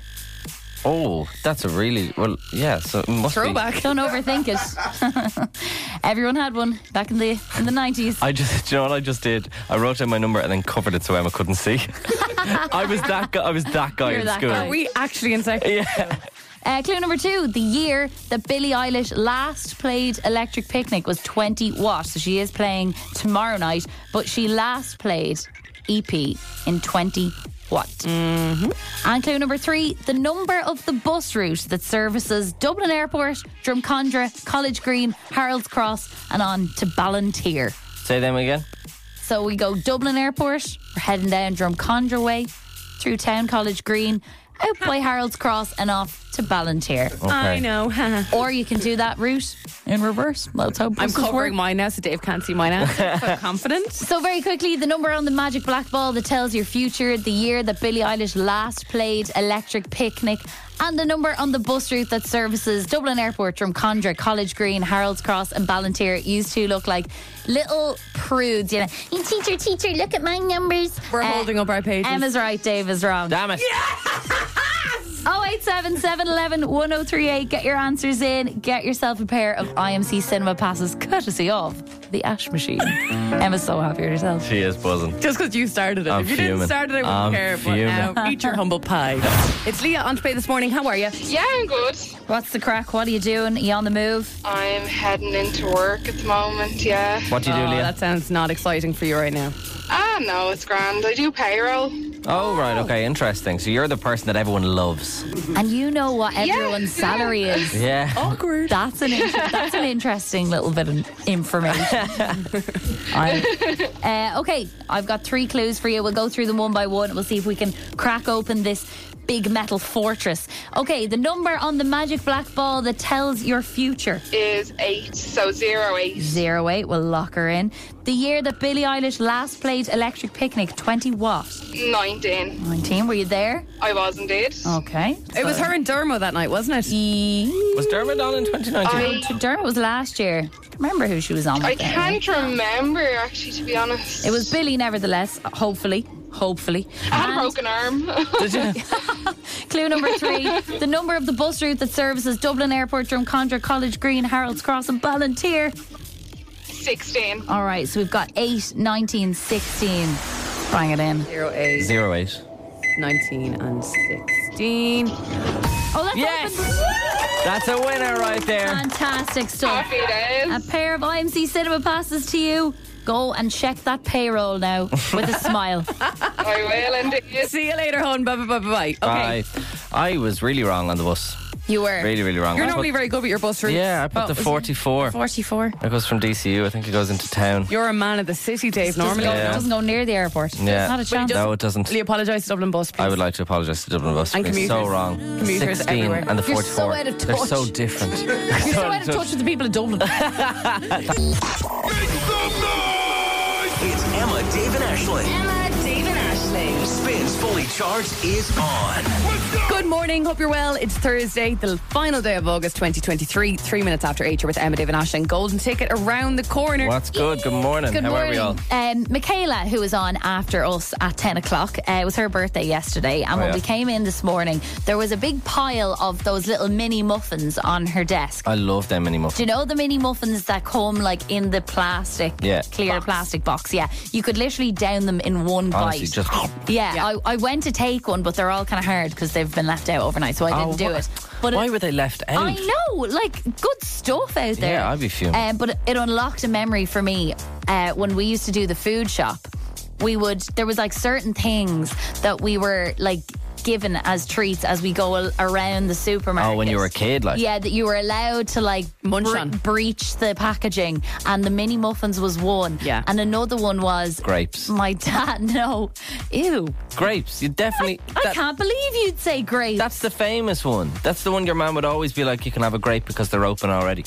Speaker 6: Oh, that's a really well. Yeah, so it must be-
Speaker 3: Throwback.
Speaker 5: Don't overthink it. Everyone had one back in the in the nineties.
Speaker 6: I just, do you know what I just did? I wrote down my number and then covered it so Emma couldn't see. I was that guy. I was that guy
Speaker 5: You're
Speaker 6: in
Speaker 5: that
Speaker 6: school.
Speaker 5: guy.
Speaker 3: Are we actually in second?
Speaker 6: Yeah,
Speaker 5: Uh, clue number two the year that Billie Eilish last played Electric Picnic was 20 what? So she is playing tomorrow night, but she last played EP in 20 what? And clue number three the number of the bus route that services Dublin Airport, Drumcondra, College Green, Harold's Cross, and on to Ballantyre.
Speaker 6: Say them again.
Speaker 5: So we go Dublin Airport, we're heading down Drumcondra Way, through Town College Green, out by Harold's Cross, and off to Ballantyre.
Speaker 6: Okay.
Speaker 3: I know.
Speaker 5: Or you can do that route in reverse. Let's hope
Speaker 3: I'm
Speaker 5: buses work.
Speaker 3: covering mine now, so Dave can't see mine answer. so confident.
Speaker 5: So very quickly, the number on the magic black ball that tells your future, the year that Billie Eilish last played Electric Picnic, and the number on the bus route that services Dublin Airport, Drumcondra, College Green, Harold's Cross, and Ballantyre used to look like little prudes. You know, "You teacher, teacher, look at my numbers.
Speaker 3: We're
Speaker 5: Uh,
Speaker 3: holding up our pages.
Speaker 5: Emma's right, Dave is wrong. Oh,
Speaker 6: Damn it.
Speaker 5: 087 711 1038. oh, Get your answers in. Get yourself a pair of IMC cinema passes courtesy of the Ash Machine. Emma's so happy with herself.
Speaker 6: She is buzzing.
Speaker 3: Just because you started it.
Speaker 6: I'm
Speaker 3: if you didn't
Speaker 6: fuming.
Speaker 3: start it, I wouldn't
Speaker 6: I'm
Speaker 3: care. But now, eat your humble pie. It's Leah on play this morning. How are you?
Speaker 7: Yeah, I'm good.
Speaker 5: What's the crack? What are you doing? Are you on the move?
Speaker 7: I'm heading into work at the moment, yeah.
Speaker 6: What do you do,
Speaker 3: Oh,
Speaker 6: Leah?
Speaker 3: that sounds not exciting for you right now.
Speaker 7: Ah, no, it's grand. I do payroll.
Speaker 6: Oh, right. Okay. Interesting. So you're the person that everyone loves.
Speaker 5: And you know what everyone's
Speaker 7: yeah.
Speaker 5: salary is.
Speaker 3: Oh,
Speaker 6: Yeah.
Speaker 3: Awkward.
Speaker 5: That's an inter- that's an interesting little bit of information. I- uh, okay, I've got three clues for you. We'll go through them one by one. We'll see if we can crack open this big metal fortress. Okay, the number on the magic black ball that tells your future.
Speaker 7: Is eight, so zero eight.
Speaker 5: Zero eight. We'll lock her in. The year that Billie Eilish last played Electric Picnic. Twenty what?
Speaker 7: 19.
Speaker 5: Nineteen. Were you there?
Speaker 7: I was indeed.
Speaker 5: Okay.
Speaker 3: It was her and Dermo that night, wasn't it?
Speaker 5: E-
Speaker 6: Was Dermot on in 2019?
Speaker 7: I,
Speaker 5: Dermot was last year. Remember who she was on with?
Speaker 7: I
Speaker 5: there.
Speaker 7: can't remember, actually, to be honest.
Speaker 5: It was Billy, nevertheless. Hopefully, hopefully.
Speaker 7: I had a
Speaker 5: And
Speaker 7: broken arm.
Speaker 6: Did you?
Speaker 5: clue number three: the number of the bus route that services Dublin Airport, Drumcondra, College Green, Harold's Cross, and Ballantyre.
Speaker 7: 16.
Speaker 5: All right, so we've got 8, 19, 16. Bring it in.
Speaker 3: Zero eight,
Speaker 6: Zero eight.
Speaker 3: nineteen, and 16.
Speaker 5: Oh, that's
Speaker 6: Yes!
Speaker 5: open.
Speaker 6: That's a winner right there.
Speaker 5: Fantastic stuff.
Speaker 7: Happy days.
Speaker 5: A pair of IMC cinema passes to you. Go and check that payroll now with a smile.
Speaker 7: I will indeed.
Speaker 3: See you later, hon. Bye bye bye bye. Okay.
Speaker 6: Bye. I was really wrong on the bus.
Speaker 5: You were.
Speaker 6: Really, really wrong.
Speaker 3: You're
Speaker 6: I put-
Speaker 3: normally very good with your bus routes.
Speaker 6: yeah, I put
Speaker 3: Oh,
Speaker 6: the
Speaker 3: is it
Speaker 6: 44.
Speaker 3: 44.
Speaker 6: It goes from DCU. I think it goes into town.
Speaker 3: You're a man of the city, Dave. Normally,
Speaker 5: Doesn't go,
Speaker 6: Yeah.
Speaker 5: doesn't go near the airport.
Speaker 6: Yeah.
Speaker 5: Not a
Speaker 6: But it
Speaker 5: chance.
Speaker 6: No, it doesn't.
Speaker 3: Lee, apologise to Dublin Bus, please.
Speaker 6: I would like to apologise to Dublin Bus.
Speaker 3: And
Speaker 6: for being so
Speaker 3: commuters.
Speaker 6: wrong. The
Speaker 3: Commuters
Speaker 6: 16
Speaker 3: everywhere.
Speaker 6: and the
Speaker 5: You're
Speaker 6: 44.
Speaker 5: so out of
Speaker 6: They're
Speaker 5: touch.
Speaker 6: so different.
Speaker 5: You're so out of touch with the people of Dublin.
Speaker 1: It's Emma, David, Ashling.
Speaker 2: Emma, Dave, and Ashling.
Speaker 1: Spins Fully Charged is on.
Speaker 3: Good morning. Hope you're well. It's Thursday, the final day of August 2023. Three minutes after eight, you're with Emma, Dave, and Ashton. Golden ticket around the corner.
Speaker 6: What's good? Good morning.
Speaker 5: Good
Speaker 6: How
Speaker 5: morning.
Speaker 6: are we all?
Speaker 5: Um, Michaela, who was on after us at 10 o'clock, uh, it was her birthday yesterday. And
Speaker 6: Oh,
Speaker 5: when
Speaker 6: yeah.
Speaker 5: we came in this morning, there was a big pile of those little mini muffins on her desk.
Speaker 6: I love them mini
Speaker 5: do
Speaker 6: muffins.
Speaker 5: you know the mini muffins that come like in the plastic,
Speaker 6: Yeah.
Speaker 5: clear
Speaker 6: Box.
Speaker 5: plastic box? Yeah, you could literally down them in one
Speaker 6: Honestly,
Speaker 5: bite.
Speaker 6: just
Speaker 5: yeah,
Speaker 3: Yeah.
Speaker 5: I, I went to take one, but they're all kind of hard because they've been left out overnight, so I
Speaker 6: Oh,
Speaker 5: didn't do
Speaker 6: wha-
Speaker 5: it. But
Speaker 6: Why
Speaker 5: it-
Speaker 6: were they left out?
Speaker 5: I know, like good stuff out there.
Speaker 6: Yeah, I'd be fuming.
Speaker 5: Um, but it unlocked a memory for me uh, when we used to do the food shop. We would there was like certain things that we were like given as treats as we go al- around the supermarket.
Speaker 6: Oh, when you were a kid, like.
Speaker 5: Yeah, that you were allowed to like
Speaker 3: Munch on.
Speaker 5: breach the packaging, and the mini muffins was one.
Speaker 3: Yeah.
Speaker 5: and another one was
Speaker 6: Grapes.
Speaker 5: My dad, no, ew,
Speaker 6: Grapes. You definitely.
Speaker 5: I
Speaker 6: that-
Speaker 5: can't believe you'd say grape.
Speaker 6: That's the famous one. That's the one your mom would always be like, you can have a grape because they're open already.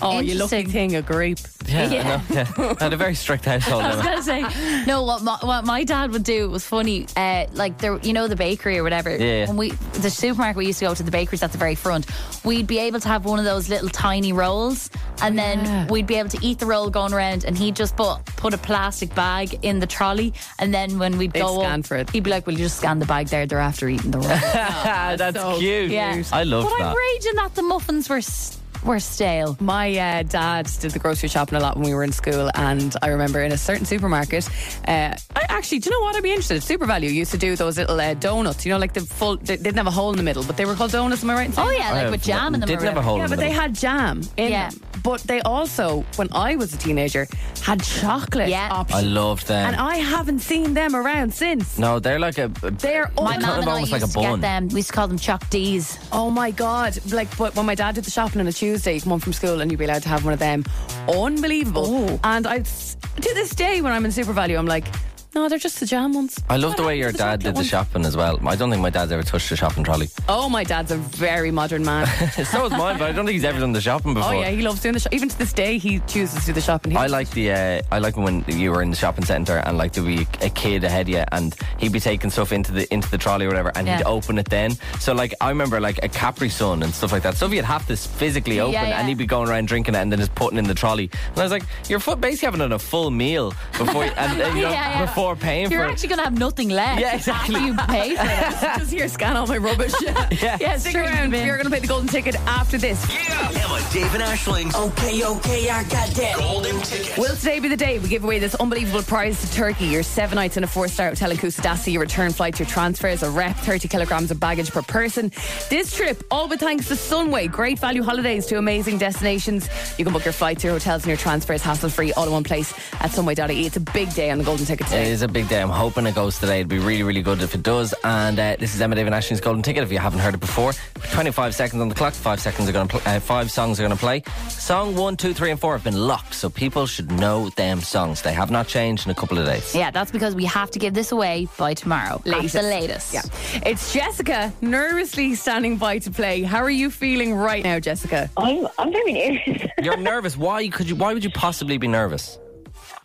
Speaker 3: Oh, you lucky
Speaker 5: Interesting.
Speaker 3: thing, a grape.
Speaker 6: Yeah,
Speaker 5: Yeah.
Speaker 6: I know. Yeah. I had a very strict household.
Speaker 5: I was
Speaker 6: Emma.
Speaker 5: gonna say no. What my, what my dad would do was funny. Uh, like there, you know, the bakery or whatever.
Speaker 6: Yeah.
Speaker 5: When we the supermarket, we used to go to the bakeries at the very front. We'd be able to have one of those little tiny rolls, and
Speaker 6: Oh,
Speaker 5: then we'd be able to eat the roll going around. And he'd just put put a plastic bag in the trolley, and then when we'd
Speaker 3: They'd
Speaker 5: go
Speaker 3: scan
Speaker 5: up,
Speaker 3: for it.
Speaker 5: he'd be like, "Well, you just scan the bag there. They're after eating the roll."
Speaker 6: That's
Speaker 3: so
Speaker 6: cute.
Speaker 5: yeah.
Speaker 6: I love
Speaker 5: but
Speaker 6: that.
Speaker 5: I'm raging that the muffins were. St- We're stale.
Speaker 3: My uh, dad did the grocery shopping a lot when we were in school, and I remember in a certain supermarket. Uh, I actually, do you know what? I'd be interested. Super Value used to do those little uh, donuts. You know, like the full. They didn't have a hole in the middle, but they were called donuts. Am I right? in saying
Speaker 5: Oh
Speaker 3: that?
Speaker 5: yeah, like with jam in them. or
Speaker 6: Didn't have
Speaker 5: whatever.
Speaker 6: a hole
Speaker 3: Yeah,
Speaker 6: in
Speaker 3: but
Speaker 6: the
Speaker 3: they
Speaker 6: middle.
Speaker 3: had jam in
Speaker 5: Yeah.
Speaker 3: them. But they also, when I was a teenager, had chocolate
Speaker 5: Yeah.
Speaker 6: I
Speaker 3: options.
Speaker 6: loved them.
Speaker 3: and I haven't seen them around since.
Speaker 6: no, they're like a.
Speaker 3: They're all
Speaker 5: My
Speaker 6: Kind
Speaker 5: mum
Speaker 6: of
Speaker 5: and I used
Speaker 6: almost like a
Speaker 5: to get
Speaker 6: bun.
Speaker 5: them. We used to call them Choc D's.
Speaker 3: Oh my god! Like, but when my dad did the shopping on a Tuesday, you come home from school and you'd be allowed to have one of them. Unbelievable!
Speaker 5: Oh.
Speaker 3: And I, to this day, when I'm in Super Value, I'm like, no, they're just the jam ones.
Speaker 6: I love
Speaker 3: What
Speaker 6: the way
Speaker 3: happened
Speaker 6: your
Speaker 3: to
Speaker 6: dad did
Speaker 3: chocolate
Speaker 6: the
Speaker 3: ones?
Speaker 6: shopping as well. I don't think my dad's ever touched the shopping trolley.
Speaker 3: Oh, my dad's a very modern man.
Speaker 6: so is mine, but I don't think he's ever done the shopping before.
Speaker 3: oh yeah, he loves doing the shop. Even to this day, he chooses to do the shopping. He-
Speaker 6: I like the uh, I like when you were in the shopping centre and like there'd be a kid ahead of you and he'd be taking stuff into the into the trolley or whatever and he'd
Speaker 5: Yeah.
Speaker 6: open it then. So like I remember like a Capri Sun and stuff like that. Stuff you'd have to physically open
Speaker 5: yeah.
Speaker 6: and he'd be going around drinking it and then just putting it in the trolley. And I was like, you're fu- basically having it a full meal before you- and, and, you know,
Speaker 5: Yeah, yeah.
Speaker 6: before paying
Speaker 5: You're
Speaker 6: for
Speaker 5: actually going to have nothing left.
Speaker 6: Yeah, exactly.
Speaker 5: After you pay for it.
Speaker 3: just here, scan all my rubbish.
Speaker 6: it.
Speaker 5: Yeah,
Speaker 3: Stick
Speaker 5: straight in the
Speaker 3: around.
Speaker 5: bin.
Speaker 3: We're going to play the golden ticket after this.
Speaker 1: Emma, Dave, and Ashling's
Speaker 2: Okay, okay, I got that.
Speaker 1: Golden Ticket.
Speaker 3: Will today be the day we give away this unbelievable prize to Turkey? Your seven nights in a four-star hotel in Kusadasi, your return flight, your transfers, a rep, 30 kilograms of baggage per person. This trip, all but thanks to Sunway. Great value holidays to amazing destinations. You can book your flights, your hotels, and your transfers hassle-free all in one place at sunway.ie. E. It's a big day on the golden ticket
Speaker 6: It
Speaker 3: today.
Speaker 6: is a big day. I'm hoping it goes today. It'd be really, really good if it does. And uh, this is Emma David Ashley's Golden Ticket. If you haven't heard it before, 25 seconds on the clock. Five seconds are going to pl- uh, five songs are going to play. Song one, two, three, and four have been locked, so people should know them songs. They have not changed in a couple of days.
Speaker 5: Yeah, that's because we have to give this away by tomorrow. At
Speaker 3: Latest.
Speaker 5: the latest.
Speaker 3: Yeah. It's Jessica, nervously standing by to play. How are you feeling right now, Jessica?
Speaker 8: I'm I'm very nervous.
Speaker 6: You're nervous. Why could you? Why would you possibly be nervous?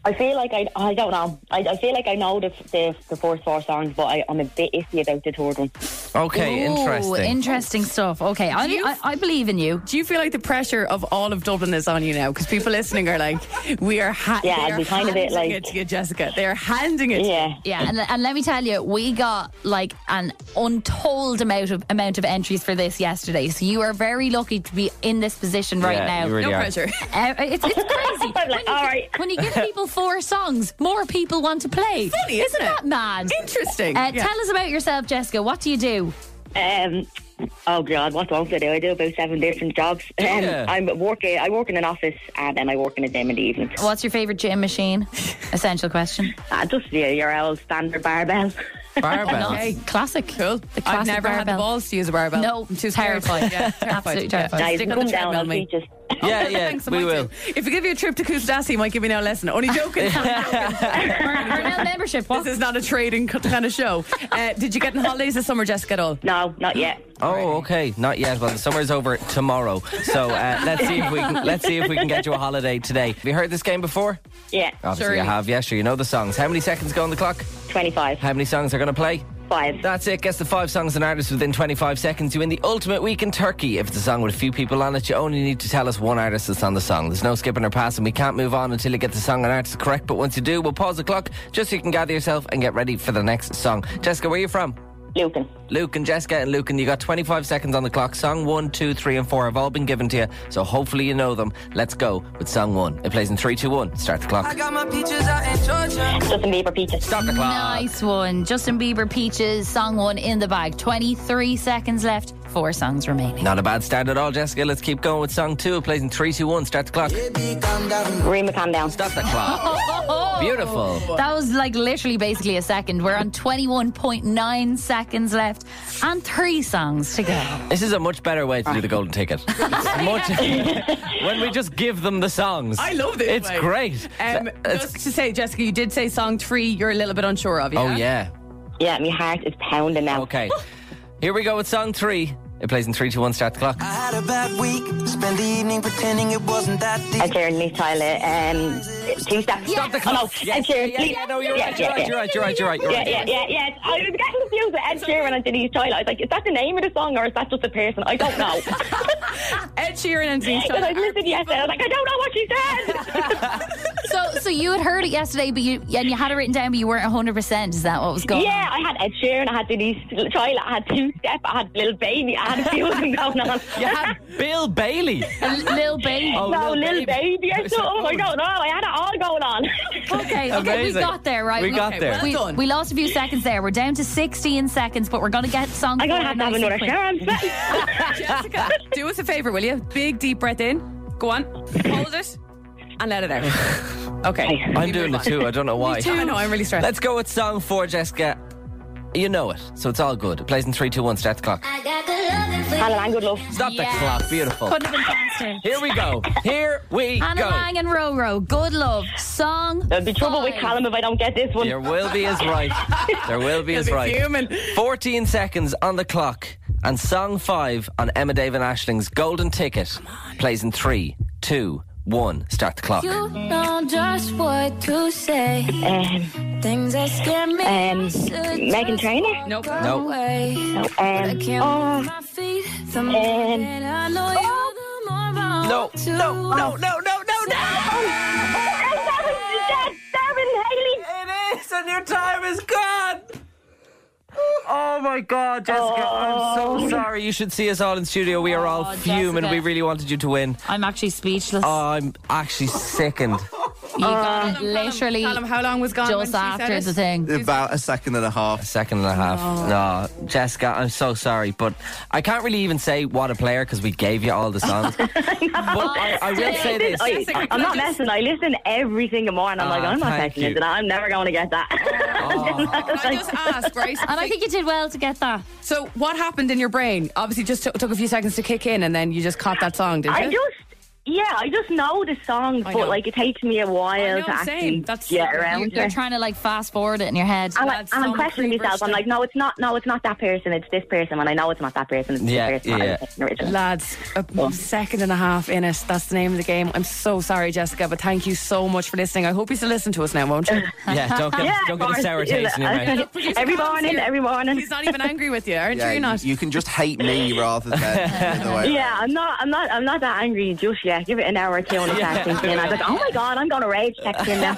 Speaker 8: I feel like I I don't know. I, I feel like I know the, the the first four songs, but I, I'm a bit iffy about the third one.
Speaker 6: Okay,
Speaker 5: Ooh,
Speaker 6: interesting.
Speaker 5: interesting stuff. Okay, I,
Speaker 3: you-
Speaker 5: I, I believe in you.
Speaker 3: Do you feel like the pressure of all of Dublin is on you now? Because people listening are like, we are, ha-
Speaker 8: Yeah,
Speaker 3: they are
Speaker 8: we kind of
Speaker 3: handing
Speaker 8: it like-
Speaker 3: it to you, Jessica. They are handing it. to you.
Speaker 8: Yeah,
Speaker 5: Yeah, and, and let me tell you, we got like an untold amount of amount of entries for this yesterday. So you are very lucky to be in this position right
Speaker 6: Yeah,
Speaker 5: now.
Speaker 6: you really
Speaker 3: No
Speaker 6: are.
Speaker 3: pressure.
Speaker 5: Uh, it's, it's crazy.
Speaker 8: I'm like,
Speaker 5: when, you,
Speaker 8: all right.
Speaker 5: when you give people four songs, more people want to play.
Speaker 3: Funny, isn't it?
Speaker 5: that mad?
Speaker 3: Interesting.
Speaker 5: Uh,
Speaker 3: Yeah.
Speaker 5: Tell us about yourself, Jessica. What do you do?
Speaker 8: Um, oh God, what don't I do? I do about seven different jobs. Um,
Speaker 6: Yeah.
Speaker 8: I'm at work. I work in an office, and then I work in a gym in the evening.
Speaker 5: What's your favorite gym machine? Essential question.
Speaker 8: Uh, just yeah, your old standard barbell.
Speaker 6: Barbell.
Speaker 3: Okay.
Speaker 5: Classic. Cool. The classic
Speaker 3: I've never had the
Speaker 5: barbell.
Speaker 3: balls to use a barbell.
Speaker 5: No,
Speaker 3: I'm too scared.
Speaker 5: terrified.
Speaker 3: Yeah, terrified.
Speaker 5: Absolutely terrified.
Speaker 3: Yeah,
Speaker 8: Guys,
Speaker 3: Stick on
Speaker 8: come
Speaker 3: the
Speaker 8: down.
Speaker 3: treadmill,
Speaker 8: I'll
Speaker 3: mate.
Speaker 8: teach us.
Speaker 6: Yeah, yeah,
Speaker 3: Thanks, I
Speaker 6: we
Speaker 3: might
Speaker 6: will.
Speaker 3: do. If you give you a trip to Kusadasi, you might give me no lesson. Only joking.
Speaker 5: Or no membership. What?
Speaker 3: this is not a trading kind of show. Uh, did you get on holidays this summer, Jessica, at all?
Speaker 8: No, not yet.
Speaker 6: Oh, okay. Not yet. Well, the summer's over tomorrow, so uh, let's see if we can, let's see if we can get you a holiday today. Have you heard this game before?
Speaker 8: Yeah,
Speaker 6: Obviously,
Speaker 3: Surely.
Speaker 6: you have. Yeah, sure. You know the songs. How many seconds go on the clock?
Speaker 8: twenty-five,
Speaker 6: How many songs are going to play?
Speaker 8: five.
Speaker 6: That's it. Guess the five songs and artists within 25 seconds. You win the ultimate week in Turkey. If it's a song with a few people on it, you only need to tell us one artist that's on the song. There's no skipping or passing. We can't move on until you get the song and artist correct. But once you do, we'll pause the clock just so you can gather yourself and get ready for the next song. Jessica, where are you from?
Speaker 8: Lucan.
Speaker 6: Luke and Jessica and Luke, and you got 25 seconds on the clock. Song one, two, three, and four have all been given to you, so hopefully you know them. Let's go with song one. It plays in three, two, one. Start the clock.
Speaker 8: Justin Bieber, Peaches.
Speaker 6: Stop the clock.
Speaker 5: Nice one. Justin Bieber Peaches, song one in the bag. 23 seconds left, four songs remaining.
Speaker 6: Not a bad start at all, Jessica. Let's keep going with song two. It plays in three, two, one. Start the clock.
Speaker 8: Rima, calm down.
Speaker 6: Stop the clock. Beautiful.
Speaker 5: That was like literally basically a second. We're on 21.9 seconds left and three songs to go.
Speaker 6: This is a much better way to do the golden ticket. It's much when we just give them the songs.
Speaker 3: I love this.
Speaker 6: It's
Speaker 3: way.
Speaker 6: great.
Speaker 3: Um,
Speaker 6: It's-
Speaker 3: just to say, Jessica, you did say song three. You're a little bit unsure of. Yeah?
Speaker 6: oh yeah.
Speaker 8: Yeah, my heart is pounding now.
Speaker 6: Okay. Here we go with song three. It plays in three, two, one. Start the clock.
Speaker 9: I
Speaker 3: Uh,
Speaker 9: had a bad week. Spent the evening pretending it wasn't that
Speaker 8: I
Speaker 9: deep.
Speaker 8: turned me toilet. Um, two steps.
Speaker 5: Stop the
Speaker 8: Oh, no,
Speaker 5: clock.
Speaker 8: Ed Sheeran.
Speaker 6: Yeah, yeah, no, you're
Speaker 8: Yeah,
Speaker 6: right,
Speaker 8: yeah,
Speaker 6: you're right,
Speaker 8: yeah.
Speaker 6: you're right, you're right, you're right, you're
Speaker 8: Yeah,
Speaker 6: right.
Speaker 8: yeah, yeah, yeah. I was getting confused with Ed Sheeran and Denise Tyler. I was like, is that the name of the song or is that just a person? I don't know.
Speaker 3: Ed Sheeran and Denise
Speaker 8: Because
Speaker 3: Tyler
Speaker 8: I
Speaker 3: are
Speaker 8: listened yesterday. I was like, I don't know what she said.
Speaker 5: So, so you had heard it yesterday, but you and you had it written down, but you weren't hundred percent. Is that what was going?
Speaker 8: yeah, I had Ed Sheeran, I had Denise Tyler, I had Two Step, I had Little Baby, I had a few of them going on.
Speaker 6: You had Bill Bailey.
Speaker 5: on? A little baby.
Speaker 6: Oh,
Speaker 8: no, Little Baby, I
Speaker 6: It's-
Speaker 8: said, oh, I don't know. I had it all going on.
Speaker 5: Okay, okay, we
Speaker 6: Amazing.
Speaker 5: got there, right?
Speaker 6: We got there.
Speaker 5: We,
Speaker 3: well done.
Speaker 5: we lost a few seconds there. We're down to 16 seconds, but we're going to get songs.
Speaker 8: I'm going to have to have
Speaker 5: nice and
Speaker 8: another
Speaker 5: quick.
Speaker 8: shower. I'm sweating.
Speaker 3: Jessica, do us a favour, will you? Big deep breath in. Go on. Hold it and let it out. Okay.
Speaker 6: I'm doing it too. I don't know why.
Speaker 3: I know, I'm really stressed.
Speaker 6: Let's go with song four, Jessica. You know it, so it's all good. It plays in three, two, one. Start the clock.
Speaker 8: Alan Lang, good love.
Speaker 6: Stop
Speaker 5: Yes.
Speaker 6: the clock. Beautiful.
Speaker 5: Couldn't have been faster.
Speaker 6: Here we go. Here we
Speaker 5: Anna
Speaker 6: go.
Speaker 5: Lang and Roro, good love. Song.
Speaker 8: There'll be trouble with
Speaker 5: five.
Speaker 8: Callum if I don't get this one.
Speaker 6: There will be is right. There will be is
Speaker 3: be
Speaker 6: right.
Speaker 3: fuming.
Speaker 6: 14 seconds on the clock, and song five on Emma David Ashling's Golden Ticket plays in three, two, one. Start the clock.
Speaker 9: You know just what to say. Things that scare me.
Speaker 8: Um,
Speaker 9: I should
Speaker 8: Megan
Speaker 9: just
Speaker 8: Trainor?
Speaker 3: Nope.
Speaker 9: walk
Speaker 6: Nope.
Speaker 9: away.
Speaker 8: Um,
Speaker 9: I can't
Speaker 8: oh, Um,
Speaker 9: move my feet. The more that I know you, the more I
Speaker 6: No,
Speaker 9: want to.
Speaker 6: no, no, no, no, no, no!
Speaker 8: that was Darren Haley.
Speaker 6: It is, and your time is gone. Oh my God, Jessica! I'm so sorry. You should see us all in studio. We are all
Speaker 5: Oh,
Speaker 6: fuming.
Speaker 5: Jessica.
Speaker 6: We really wanted you to win. Oh,
Speaker 5: I'm actually speechless.
Speaker 6: I'm actually sickened.
Speaker 5: you got it
Speaker 3: Tell 'em-
Speaker 5: literally
Speaker 3: tell 'em how long was gone
Speaker 5: just
Speaker 3: when she said
Speaker 5: after
Speaker 3: it.
Speaker 5: the thing.
Speaker 4: About a second and a half.
Speaker 6: Second and a half.
Speaker 5: Oh.
Speaker 6: No. Jessica, I'm so sorry, but I can't really even say what a player because we gave you all the songs. but I, I will say this.
Speaker 8: I, I'm not messing. I listen every single morning. I'm
Speaker 6: Ah,
Speaker 8: like, I'm not
Speaker 6: thank
Speaker 8: taking
Speaker 6: you.
Speaker 8: it. I'm never going to get that.
Speaker 3: Oh. Can I just ask, right?
Speaker 5: And I think you did well to get that.
Speaker 3: so, what happened in your brain? Obviously, just took took a few seconds to kick in, and then you just caught that song, did you?
Speaker 8: I just, yeah, I just know the song,
Speaker 3: I
Speaker 8: but
Speaker 3: know.
Speaker 8: like it takes me a while
Speaker 3: I know,
Speaker 8: to actually
Speaker 3: same. That's-
Speaker 8: get
Speaker 3: you're-
Speaker 8: around
Speaker 5: You're
Speaker 8: it.
Speaker 5: trying to like fast forward it in your head.
Speaker 8: And, I,
Speaker 3: That's
Speaker 8: and I'm
Speaker 3: some
Speaker 8: questioning
Speaker 3: creeper
Speaker 8: myself. I'm
Speaker 3: stuff.
Speaker 8: like, no, it's not. No, it's not that person. It's this person. And I know it's not that person. It's
Speaker 6: Yeah,
Speaker 8: this person.
Speaker 6: yeah.
Speaker 8: I'm thinking originally.
Speaker 3: Lads, a
Speaker 4: Oh.
Speaker 3: second and a half in it. That's the name of the game. I'm so sorry, Jessica, but thank you so much for listening. I hope you still listen to us now, won't you?
Speaker 6: Yeah, don't get,
Speaker 8: Yeah,
Speaker 6: don't get
Speaker 8: of
Speaker 6: a sour
Speaker 8: course.
Speaker 6: taste in your mouth.
Speaker 8: every morning, every morning.
Speaker 3: He's not even angry with you, aren't
Speaker 4: Yeah,
Speaker 3: you? You're not.
Speaker 4: You can just hate me rather than the other way.
Speaker 8: Yeah, I'm not. I'm not. I'm not that angry just yet. Give it an hour or two, and
Speaker 6: Yeah.
Speaker 8: yeah. thinking. I'm like, oh my god, I'm gonna rage text in now.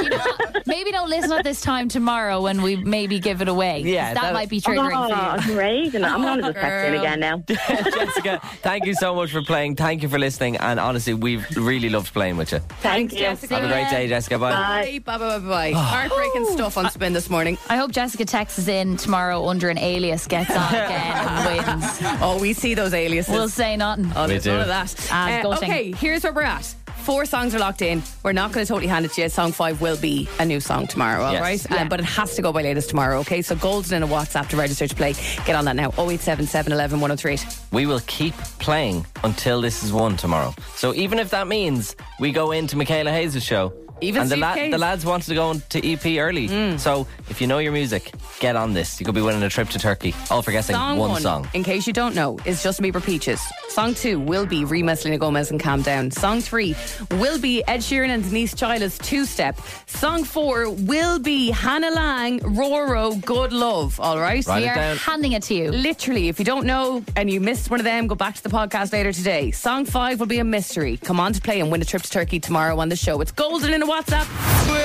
Speaker 5: You know what? maybe don't listen at this time tomorrow when we maybe give it away. 'cause
Speaker 6: Yeah,
Speaker 5: that,
Speaker 6: that-
Speaker 5: might be
Speaker 8: oh,
Speaker 5: triggering for you.
Speaker 8: I'm raging. I'm gonna just text in
Speaker 3: Girl.
Speaker 8: again now.
Speaker 6: Jessica, thank you so much for playing. Thank you for listening. And honestly, we've really loved playing with you.
Speaker 8: Thank you.
Speaker 5: Jessica.
Speaker 6: Have a great day, Jessica. Bye.
Speaker 3: Bye, bye, bye, bye, bye.
Speaker 4: Oh.
Speaker 3: Heartbreaking stuff on spin this morning.
Speaker 5: I hope Jessica texts in tomorrow under an alias, gets on again and wins.
Speaker 3: Oh, we see those aliases.
Speaker 5: We'll say nothing.
Speaker 3: Oh, there's
Speaker 6: do.
Speaker 3: none of that. Uh,
Speaker 5: Ah, gutting.
Speaker 3: okay, here's where we're at. Four songs are locked in. We're not going to totally hand it to you. Song five will be a new song tomorrow, all
Speaker 6: Yes.
Speaker 3: right? Um, but it has to go by latest tomorrow, okay? So golden in a WhatsApp to register to play. Get on that now. 0877 11 1038.
Speaker 6: We will keep playing until this is won tomorrow. So even if that means we go into Michaela Hayes' show,
Speaker 3: Even
Speaker 6: and the,
Speaker 3: Steve Hayes.
Speaker 6: the lads wanted to go on to EP early. So if you know your music, get on this. You could be winning a trip to Turkey. All for guessing
Speaker 3: Song
Speaker 6: one, song.
Speaker 3: in case you don't know, is Justin Bieber Peaches. Song two will be Remus Lena Gomez and Calm Down. Song three will be Ed Sheeran and Denise Chyla's Two Step. Song four will be Hannah Lang, Roro, Good Love. All right?
Speaker 6: Write
Speaker 5: We
Speaker 6: it
Speaker 5: are
Speaker 6: down.
Speaker 5: handing it to you.
Speaker 3: Literally, if you don't know and you missed one of them, go back to the podcast later today. Song five will be a mystery. Come on to play and win a trip to Turkey tomorrow on the show. It's golden in a WhatsApp.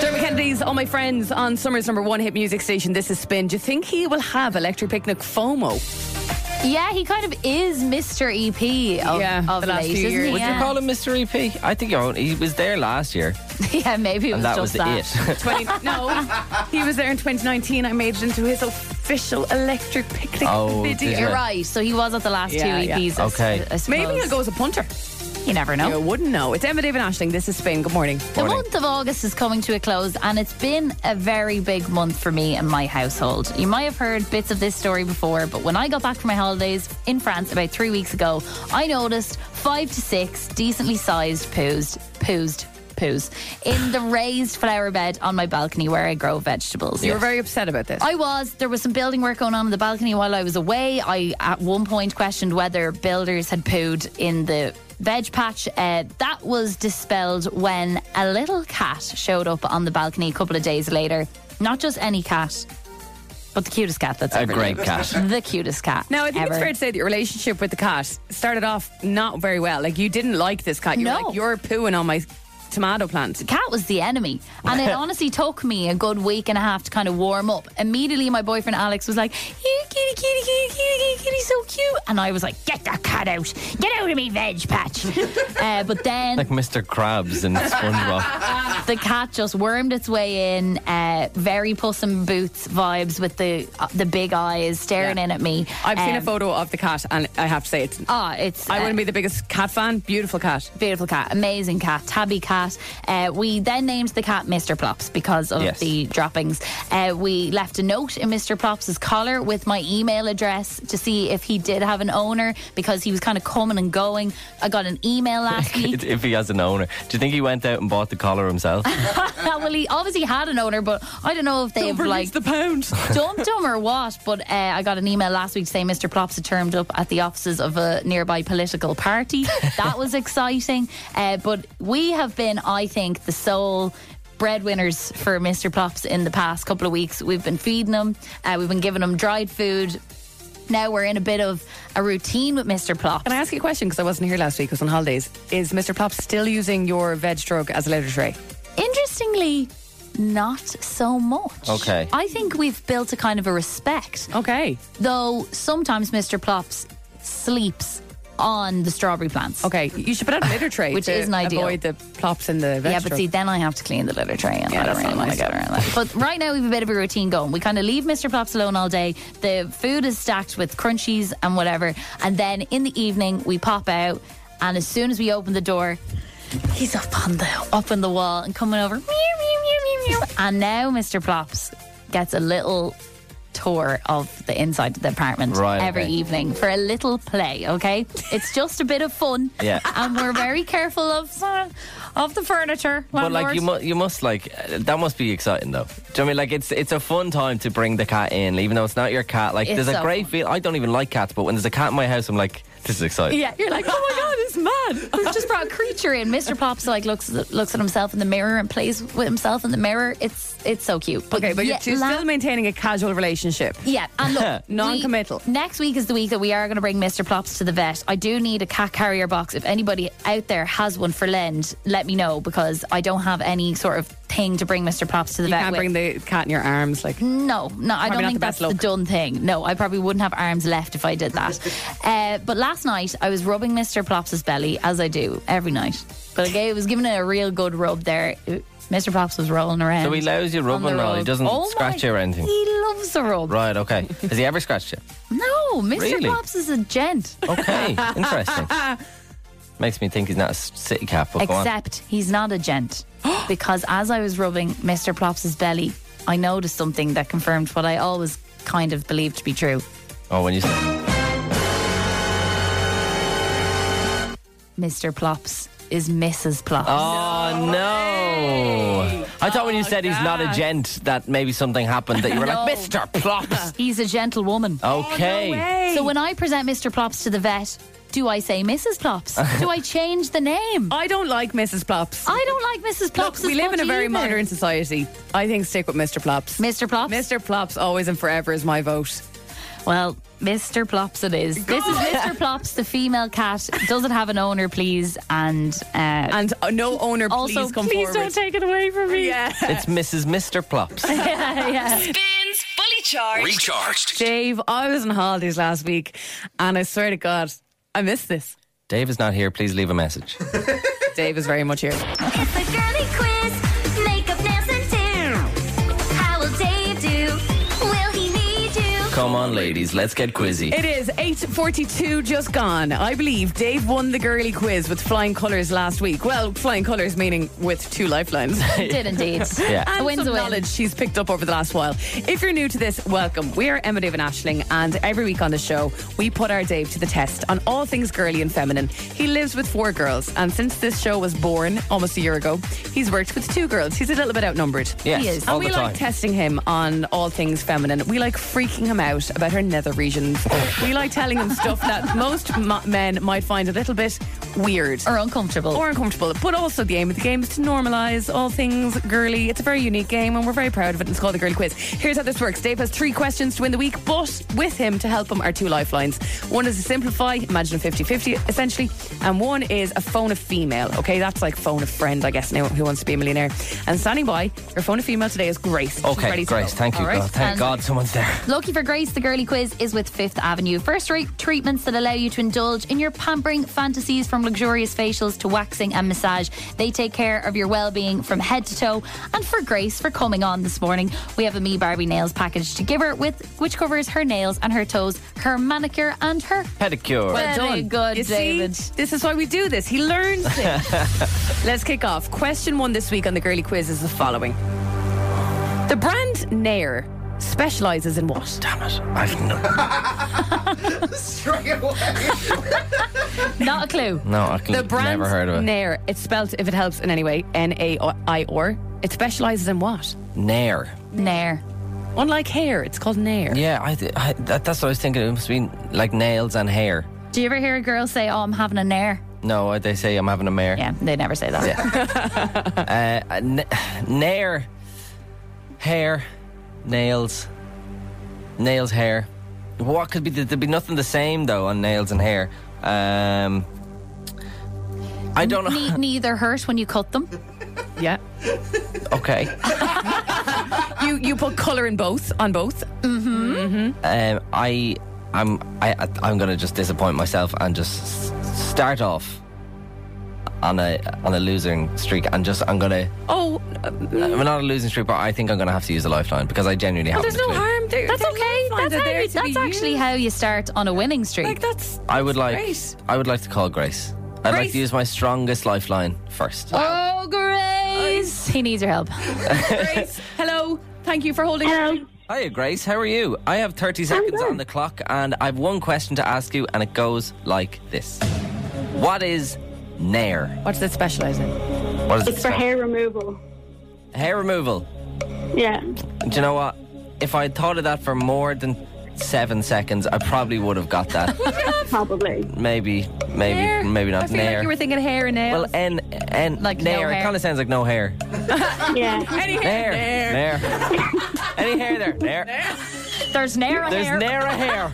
Speaker 3: Dermot Kennedy's All My Friends on Summer's number one hit music station. This is Spin. Do you think he will have Electric Picnic FOMO?
Speaker 5: Yeah, he kind of is Mr. EP of,
Speaker 3: Yeah,
Speaker 5: of
Speaker 3: the last
Speaker 5: late,
Speaker 3: few
Speaker 5: isn't
Speaker 3: years.
Speaker 5: he?
Speaker 3: Would
Speaker 6: Would you
Speaker 5: Yeah.
Speaker 6: call him Mr. EP? I think you're on- he was there last year,
Speaker 5: yeah, maybe it was
Speaker 6: and that was
Speaker 5: just that.
Speaker 6: it.
Speaker 3: 20, no, he was there in 2019. I made it into his official Electric Picnic
Speaker 6: Oh,
Speaker 3: video.
Speaker 6: did you?
Speaker 5: You're right. So he was at the last
Speaker 3: Yeah,
Speaker 5: two
Speaker 3: yeah.
Speaker 5: EPs. I s-
Speaker 6: Okay.
Speaker 5: I suppose.
Speaker 3: Maybe he'll go as a punter.
Speaker 5: You never
Speaker 6: Oh.
Speaker 5: know.
Speaker 3: You wouldn't know. It's Emma David Ashling. This is Spin. Good morning.
Speaker 5: The
Speaker 6: Morning.
Speaker 5: month of August is coming to a close, and it's been a very big month for me and my household. You might have heard bits of this story before, but when I got back from my holidays in France about three weeks ago, I noticed five to six decently sized poos, poos, poos in the raised flower bed on my balcony where I grow vegetables.
Speaker 3: You were very upset about this.
Speaker 5: I was. There was some building work going on in the balcony while I was away. I, at one point, questioned whether builders had pooed in the Veg Patch, uh, that was dispelled when a little cat showed up on the balcony a couple of days later. Not just any cat, but the cutest cat that's
Speaker 6: A
Speaker 5: ever
Speaker 6: great
Speaker 5: lived.
Speaker 6: cat.
Speaker 5: The cutest cat.
Speaker 3: Now, I think
Speaker 5: ever.
Speaker 3: it's fair to say that your relationship with the cat started off not very well. Like, you didn't like this cat. You were
Speaker 5: No.
Speaker 3: like, you're pooing on my tomato plant.
Speaker 5: cat was the enemy. And it honestly took me a good week and a half to kind of warm up. Immediately, my boyfriend Alex was like, You kitty, kitty, kitty, kitty, kitty, kitty, so cute. And I was like, Get that cat out. Get out of me, veg patch. uh, but then
Speaker 6: Like Mr. Krabs in SpongeBob.
Speaker 5: the cat just wormed its way in, uh, very Puss in Boots vibes with the uh, the big eyes staring
Speaker 3: Yeah.
Speaker 5: in at me.
Speaker 3: I've seen a
Speaker 5: Um,
Speaker 3: photo of the cat, and I have to say, it's.
Speaker 5: Ah, it's.
Speaker 3: I
Speaker 5: uh,
Speaker 3: wouldn't be the biggest cat fan. Beautiful cat.
Speaker 5: Beautiful cat, amazing cat, tabby cat. Uh, we then named the cat Mr. Plops because of
Speaker 6: Yes.
Speaker 5: the droppings. Uh, we left a note in Mr. Plops's collar with my email address to see if he did have an owner because he was kind of coming and going. I got an email last week.
Speaker 6: if he has an owner. Do you think he went out and bought the collar himself?
Speaker 5: well, he obviously had an owner, but I don't know if they've
Speaker 3: Don't release
Speaker 5: like
Speaker 3: the pound.
Speaker 5: dumped him or what. But uh, I got an email last week to say Mr. Plops had turned up at the offices of a nearby political party. That was exciting. Uh, but we have been, I think, the sole. Breadwinners for Mr. Plops in the past couple of weeks. We've been feeding him, uh, we've been giving him dried food. Now we're in a bit of a routine with Mr. Plops.
Speaker 3: Can I ask you a question? Because I wasn't here last week. I was on holidays. Is Mr. Plop still using your veg drug as a litter tray?
Speaker 5: Interestingly, not so much.
Speaker 6: Okay.
Speaker 5: I think we've built a kind of a respect
Speaker 3: Okay.
Speaker 5: though sometimes Mr. Plops sleeps on the strawberry plants.
Speaker 3: Okay. You should put out a litter tray.
Speaker 5: Which
Speaker 3: to
Speaker 5: isn't ideal.
Speaker 3: Avoid the plops in the veg
Speaker 5: Yeah, but see, then I have to clean the litter tray, and
Speaker 3: Yeah,
Speaker 5: I don't
Speaker 3: that's
Speaker 5: really
Speaker 3: not
Speaker 5: want to
Speaker 3: nice.
Speaker 5: get around that. But right now, we have a bit of a routine going. We kind of leave Mr. Plops alone all day. The food is stacked with crunchies and whatever, and then in the evening, we pop out, and as soon as we open the door, he's up on the up on the wall and coming over. Meow, meow, meow, meow, meow. And now, Mr. Plops gets a little tour of the inside of the apartment
Speaker 6: Right,
Speaker 5: every
Speaker 6: okay.
Speaker 5: evening for a little play. Okay, it's just a bit of fun.
Speaker 6: Yeah.
Speaker 5: and we're very careful of uh, of the furniture.
Speaker 6: But like
Speaker 5: landlord.
Speaker 6: you, mu- you must like uh, that must be exciting though. Do you know what I mean like it's it's a fun time to bring the cat in, even though it's not your cat. Like
Speaker 5: It's
Speaker 6: there's a
Speaker 5: so
Speaker 6: great
Speaker 5: fun.
Speaker 6: feel. I don't even like cats, but when there's a cat in my house, I'm like, this is exciting.
Speaker 5: yeah, you're like, oh
Speaker 3: It's mad.
Speaker 5: my god, we've just brought a creature in. Mr. Plops like looks looks at himself in the mirror and plays with himself in the mirror. It's it's so cute.
Speaker 3: Okay, but
Speaker 5: yet
Speaker 3: you're
Speaker 5: la-
Speaker 3: still maintaining a casual relationship.
Speaker 5: Yeah, and look, we-
Speaker 3: Non-committal.
Speaker 5: next week is the week that we are going to bring Mr. Plops to the vet. I do need a cat carrier box. If anybody out there has one for Lend, let me know because I don't have any sort of thing to bring Mr. Plops to the
Speaker 3: You
Speaker 5: vet.
Speaker 3: can't
Speaker 5: with.
Speaker 3: bring the cat in your arms. Like,
Speaker 5: No, no, I don't
Speaker 3: not
Speaker 5: think
Speaker 3: the best
Speaker 5: that's the
Speaker 3: look.
Speaker 5: done thing. No, I probably wouldn't have arms left if I did that. uh, but last night I was rubbing Mr. Plops's belly as I do every night. But I gave, was giving it a real good rub there. Mr. Plops was rolling around.
Speaker 6: So he loves you
Speaker 5: on the
Speaker 6: rubbing all. He
Speaker 5: rug.
Speaker 6: doesn't
Speaker 5: Oh my-
Speaker 6: scratch you or anything.
Speaker 5: He loves a rub.
Speaker 6: Right, okay. Has he ever scratched you?
Speaker 5: No, Mr.
Speaker 6: Really?
Speaker 5: Plops is a gent.
Speaker 6: Okay, interesting. Makes me think he's not a s- city cat, but go on.
Speaker 5: Except he's not a gent. because as I was rubbing Mr. Plops's belly, I noticed something that confirmed what I always kind of believed to be true.
Speaker 6: Oh, when you say
Speaker 5: Mr. Plops is Mrs. Plops.
Speaker 6: Oh no! I thought when you said he's not a gent that maybe something happened that you were like
Speaker 5: Oh, No. Oh,
Speaker 6: Mr. Plops.
Speaker 5: He's a gentlewoman.
Speaker 3: Oh.
Speaker 6: Okay.
Speaker 5: So when I present Mr. Plops to the vet, do I say Mrs. Plops? do I change the name?
Speaker 3: I don't like Mrs. Plops.
Speaker 5: I don't like Mrs.
Speaker 3: Look,
Speaker 5: Oh, Plops.
Speaker 3: we
Speaker 5: as
Speaker 3: live in a
Speaker 5: much
Speaker 3: very
Speaker 5: either.
Speaker 3: modern society. I think stick with Mr. Plops.
Speaker 5: Mr. Plops.
Speaker 3: Mr. Plops always and forever is my vote.
Speaker 5: Well, Mr. Plops it is. This is Mr. Plops, the female cat. Does it have an owner, please? And uh,
Speaker 3: And uh, no owner,
Speaker 5: also,
Speaker 3: please come forward.
Speaker 5: don't take it away from me.
Speaker 3: yeah.
Speaker 6: It's Mrs. Mr. Plops.
Speaker 10: Spins Fully Charged.
Speaker 1: Recharged.
Speaker 3: Dave, I was on holidays last week and I swear to God, I missed this.
Speaker 6: Dave is not here. Please leave a message.
Speaker 3: Dave is very much here.
Speaker 9: It's a girly quiz, makeup, nails, and do. How will Dave do? Will he need you?
Speaker 6: Come on, ladies, let's get quizzy.
Speaker 3: It is 8.42 just gone. I believe Dave won the girly quiz with flying colours last week. Well, flying colours meaning with two lifelines.
Speaker 5: Did indeed.
Speaker 6: Yeah.
Speaker 5: A
Speaker 3: and
Speaker 5: win's
Speaker 3: some
Speaker 5: a win.
Speaker 3: knowledge she's picked up over the last while. If you're new to this, welcome. We are Emma Dave and Ashling, and every week on the show, we put our Dave to the test on all things girly and feminine. He lives with four girls, and since this show was born almost a year ago, he's worked with two girls. He's a little bit outnumbered.
Speaker 6: Yes,
Speaker 5: He is.
Speaker 6: all
Speaker 3: and we
Speaker 6: the
Speaker 3: like
Speaker 6: time.
Speaker 3: testing him on all things feminine. We like freaking him out about her nether regions. we like telling him stuff that most ma- men might find a little bit weird
Speaker 5: or uncomfortable.
Speaker 3: or uncomfortable. But also, the aim of the game is to normalise all things girly. It's a very unique game, and we're very proud of it. It's called the Girly Quiz. Here's how this works: Dave has three questions to win the week, but with him to help him are two lifelines. One is to simplify, imagine a 50-50, essentially, and one is a phone a female. Okay, that's like phone a friend, I guess. Now, who wants to be a millionaire? And standing by, your phone a female today is Grace. She's
Speaker 6: Okay,
Speaker 3: ready to
Speaker 6: Grace,
Speaker 3: go.
Speaker 6: thank you.
Speaker 3: All right?
Speaker 6: God. Thank
Speaker 5: And-
Speaker 6: God someone's there.
Speaker 5: Lucky for Grace, the girly quiz is with Fifth Avenue. First rate treatments that allow you to indulge in your pampering fantasies from luxurious facials to waxing and massage. They take care of your well being from head to toe. And for Grace, for coming on this morning, we have a Me Barbie Nails package to give her, with which covers her nails and her toes, her manicure, and her.
Speaker 6: Pedicure.
Speaker 5: Well- Very good,
Speaker 3: you
Speaker 5: David.
Speaker 3: See, this is why we do this. He learns it. Let's kick off. Question one this week on the girly quiz is the following The brand Nair specializes in what?
Speaker 6: Damn it. I've no,
Speaker 4: Straight away.
Speaker 5: Not a clue.
Speaker 6: no I can,
Speaker 3: The brand
Speaker 6: never heard of it.
Speaker 3: Nair. It's spelled, if it helps in any way, N A I or. It specializes in what?
Speaker 6: Nair.
Speaker 5: Nair.
Speaker 3: Unlike hair, it's called Nair.
Speaker 6: Yeah, I, th- I, that, that's what I was thinking. It must be like nails and hair.
Speaker 5: Do you ever hear a girl say, Oh, I'm having a Nair?
Speaker 6: No, uh, they say I'm having a mare.
Speaker 5: Yeah, they never say that.
Speaker 6: Uh, uh, n- nair, hair, nails, nails, hair. What could be? The, there'd be nothing the same though on nails and hair. Um, I don't know.
Speaker 5: Ne- neither hurt when you cut them.
Speaker 3: Yeah.
Speaker 6: Okay.
Speaker 3: You you put color in both on both.
Speaker 6: Um, I, I'm, I, I- I'm gonna just disappoint myself and just s- start off on a on a losing streak and just I'm gonna.
Speaker 3: Oh, uh,
Speaker 6: We're not a losing streak, but I think I'm gonna have to use a lifeline because I genuinely have.
Speaker 3: there's no harm. They're,
Speaker 5: That's
Speaker 3: they're
Speaker 5: okay.
Speaker 3: lifelines.
Speaker 5: That's,
Speaker 3: They're
Speaker 5: how
Speaker 3: there
Speaker 5: you-
Speaker 3: to be
Speaker 5: that's actually
Speaker 3: used.
Speaker 5: how you start on a winning streak.
Speaker 3: like that's
Speaker 6: I would like.
Speaker 3: Great.
Speaker 6: I would like to call Grace. I'd like
Speaker 3: Grace.
Speaker 6: to use my strongest lifeline first.
Speaker 5: Oh, Grace! Oh, He needs your help.
Speaker 3: Grace. Hello. Thank you for holding.
Speaker 8: Hello.
Speaker 6: Hiya, Grace. How are you? I have 30 seconds on the clock, and I've one question to ask you, and it goes like this: What is Nair?
Speaker 3: What's it specialize in?
Speaker 6: What is
Speaker 10: It's for hair removal.
Speaker 6: Hair removal.
Speaker 10: Yeah.
Speaker 6: Do you know what? If I had thought of that for more than seven seconds, I probably would have got that.
Speaker 10: Probably.
Speaker 6: maybe, maybe,
Speaker 3: Hair?
Speaker 6: maybe not
Speaker 3: I feel
Speaker 6: Nair.
Speaker 3: like you were thinking hair and nails.
Speaker 6: well, N, N,
Speaker 5: Like no
Speaker 6: Nair. It
Speaker 5: hair.
Speaker 6: kind of sounds like no hair.
Speaker 10: Yeah.
Speaker 3: any
Speaker 6: Nair,
Speaker 3: Nair.
Speaker 6: Nair. Any hair there? Nair.
Speaker 5: There's Nair
Speaker 6: eh, There's
Speaker 5: hair.
Speaker 6: Nair a hair.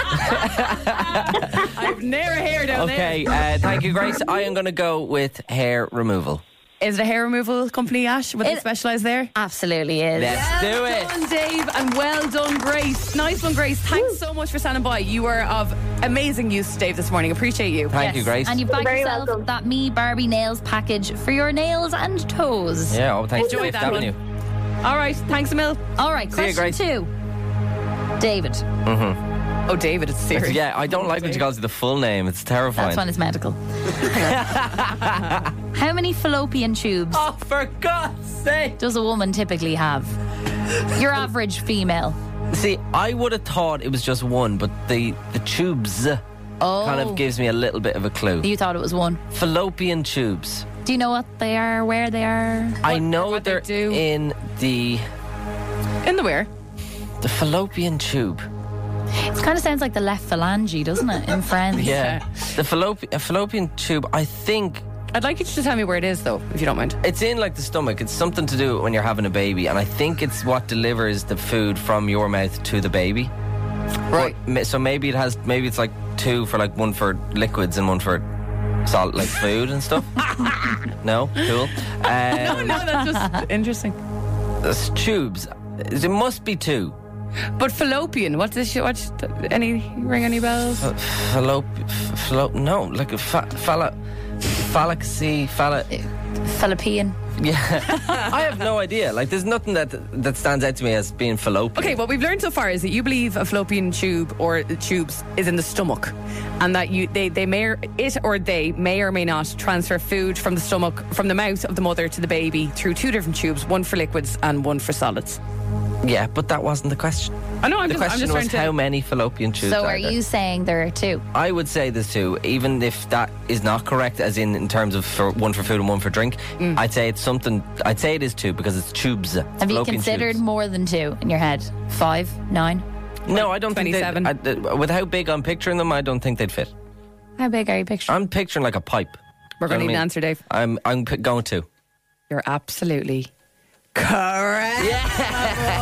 Speaker 3: I've Nair hair down
Speaker 6: Okay, uh, thank you, Grace. I am going to go with hair removal.
Speaker 3: there. Is the hair removal company Ash? Would they
Speaker 5: It-
Speaker 3: specialise there?
Speaker 5: Absolutely is.
Speaker 6: Let's do it.
Speaker 3: Well done, Dave, and well done, Grace. Nice one, Grace. Thanks so much for standing by. You were of amazing use, Dave, this morning. Appreciate you.
Speaker 6: Thank you, Grace.
Speaker 5: And you bag
Speaker 10: very
Speaker 5: yourself
Speaker 10: welcome.
Speaker 5: that Me Barbie Nails package for your nails and toes.
Speaker 6: yeah, oh, thanks,
Speaker 3: Enjoy
Speaker 6: Fifth
Speaker 3: that
Speaker 6: Avenue.
Speaker 3: All right, thanks, Emil.
Speaker 5: All right,
Speaker 6: See you,
Speaker 5: question two. David.
Speaker 3: Oh, David, it's serious.
Speaker 6: Yeah, I don't like when she calls you the full name. It's terrifying.
Speaker 5: That's when it's medical. How many fallopian tubes
Speaker 6: Oh, for God's sake!
Speaker 5: does a woman typically have? Your average female.
Speaker 6: See, I would have thought it was just one, but the the tubes
Speaker 5: Oh,
Speaker 6: kind of gives me a little bit of a clue.
Speaker 5: you thought it was one.
Speaker 6: Fallopian tubes.
Speaker 5: Do you know what they are, where they are?
Speaker 6: I know
Speaker 3: what they
Speaker 6: they're
Speaker 3: do.
Speaker 6: in the
Speaker 3: In the wear.
Speaker 6: the fallopian tube.
Speaker 5: It kind of sounds like the left phalange, doesn't it, in Friends?
Speaker 6: Yeah, the fallopian fallopian tube. I think
Speaker 3: I'd like you to tell me where it is, though, if you don't mind.
Speaker 6: It's in like the stomach. It's something to do when you're having a baby, and I think it's what delivers the food from your mouth to the baby. Right. so maybe it has. Maybe it's like two for like one for liquids and one for salt, like food and stuff. no, cool. Um,
Speaker 3: No, that's just interesting.
Speaker 6: It's tubes. There must be two.
Speaker 3: But fallopian, what's this? What's any ring any bells?
Speaker 6: Fallop, fallop. No, like a fa- falla, fallacy, falla.
Speaker 5: Philippian.
Speaker 6: Yeah, I have no idea. Like, there's nothing that that stands out to me as being fallopian.
Speaker 3: Okay, what we've learned so far is that you believe a fallopian tube or tubes is in the stomach, and that you they, they may or, it or they may or may not transfer food from the stomach from the mouth of the mother to the baby through two different tubes, one for liquids and one for solids.
Speaker 6: Yeah, but that wasn't the question.
Speaker 3: I know. I'm
Speaker 6: the
Speaker 3: just, I'm
Speaker 6: question
Speaker 3: just
Speaker 6: was
Speaker 3: trying to.
Speaker 6: how many fallopian tubes
Speaker 5: So
Speaker 6: are,
Speaker 5: are
Speaker 6: there?
Speaker 5: you saying there are two?
Speaker 6: I would say there's two, even if that is not correct, as in in terms of for one for food and one for drink.
Speaker 3: Mm.
Speaker 6: I'd say it's something. I'd say it is two because it's tubes.
Speaker 5: Have you considered more than two in your head? Five, nine?
Speaker 6: No, I don't think
Speaker 3: 27?
Speaker 6: they. I- uh, With how big I'm picturing them, I don't think they'd fit.
Speaker 5: How big are you picturing?
Speaker 6: I'm picturing like a pipe.
Speaker 3: We're
Speaker 6: Do
Speaker 3: going
Speaker 6: you
Speaker 3: to
Speaker 6: know
Speaker 3: need
Speaker 6: what
Speaker 3: an
Speaker 6: I
Speaker 3: answer,
Speaker 6: mean?
Speaker 3: Dave.
Speaker 6: I'm I'm p- going to.
Speaker 3: You're absolutely correct. Yeah.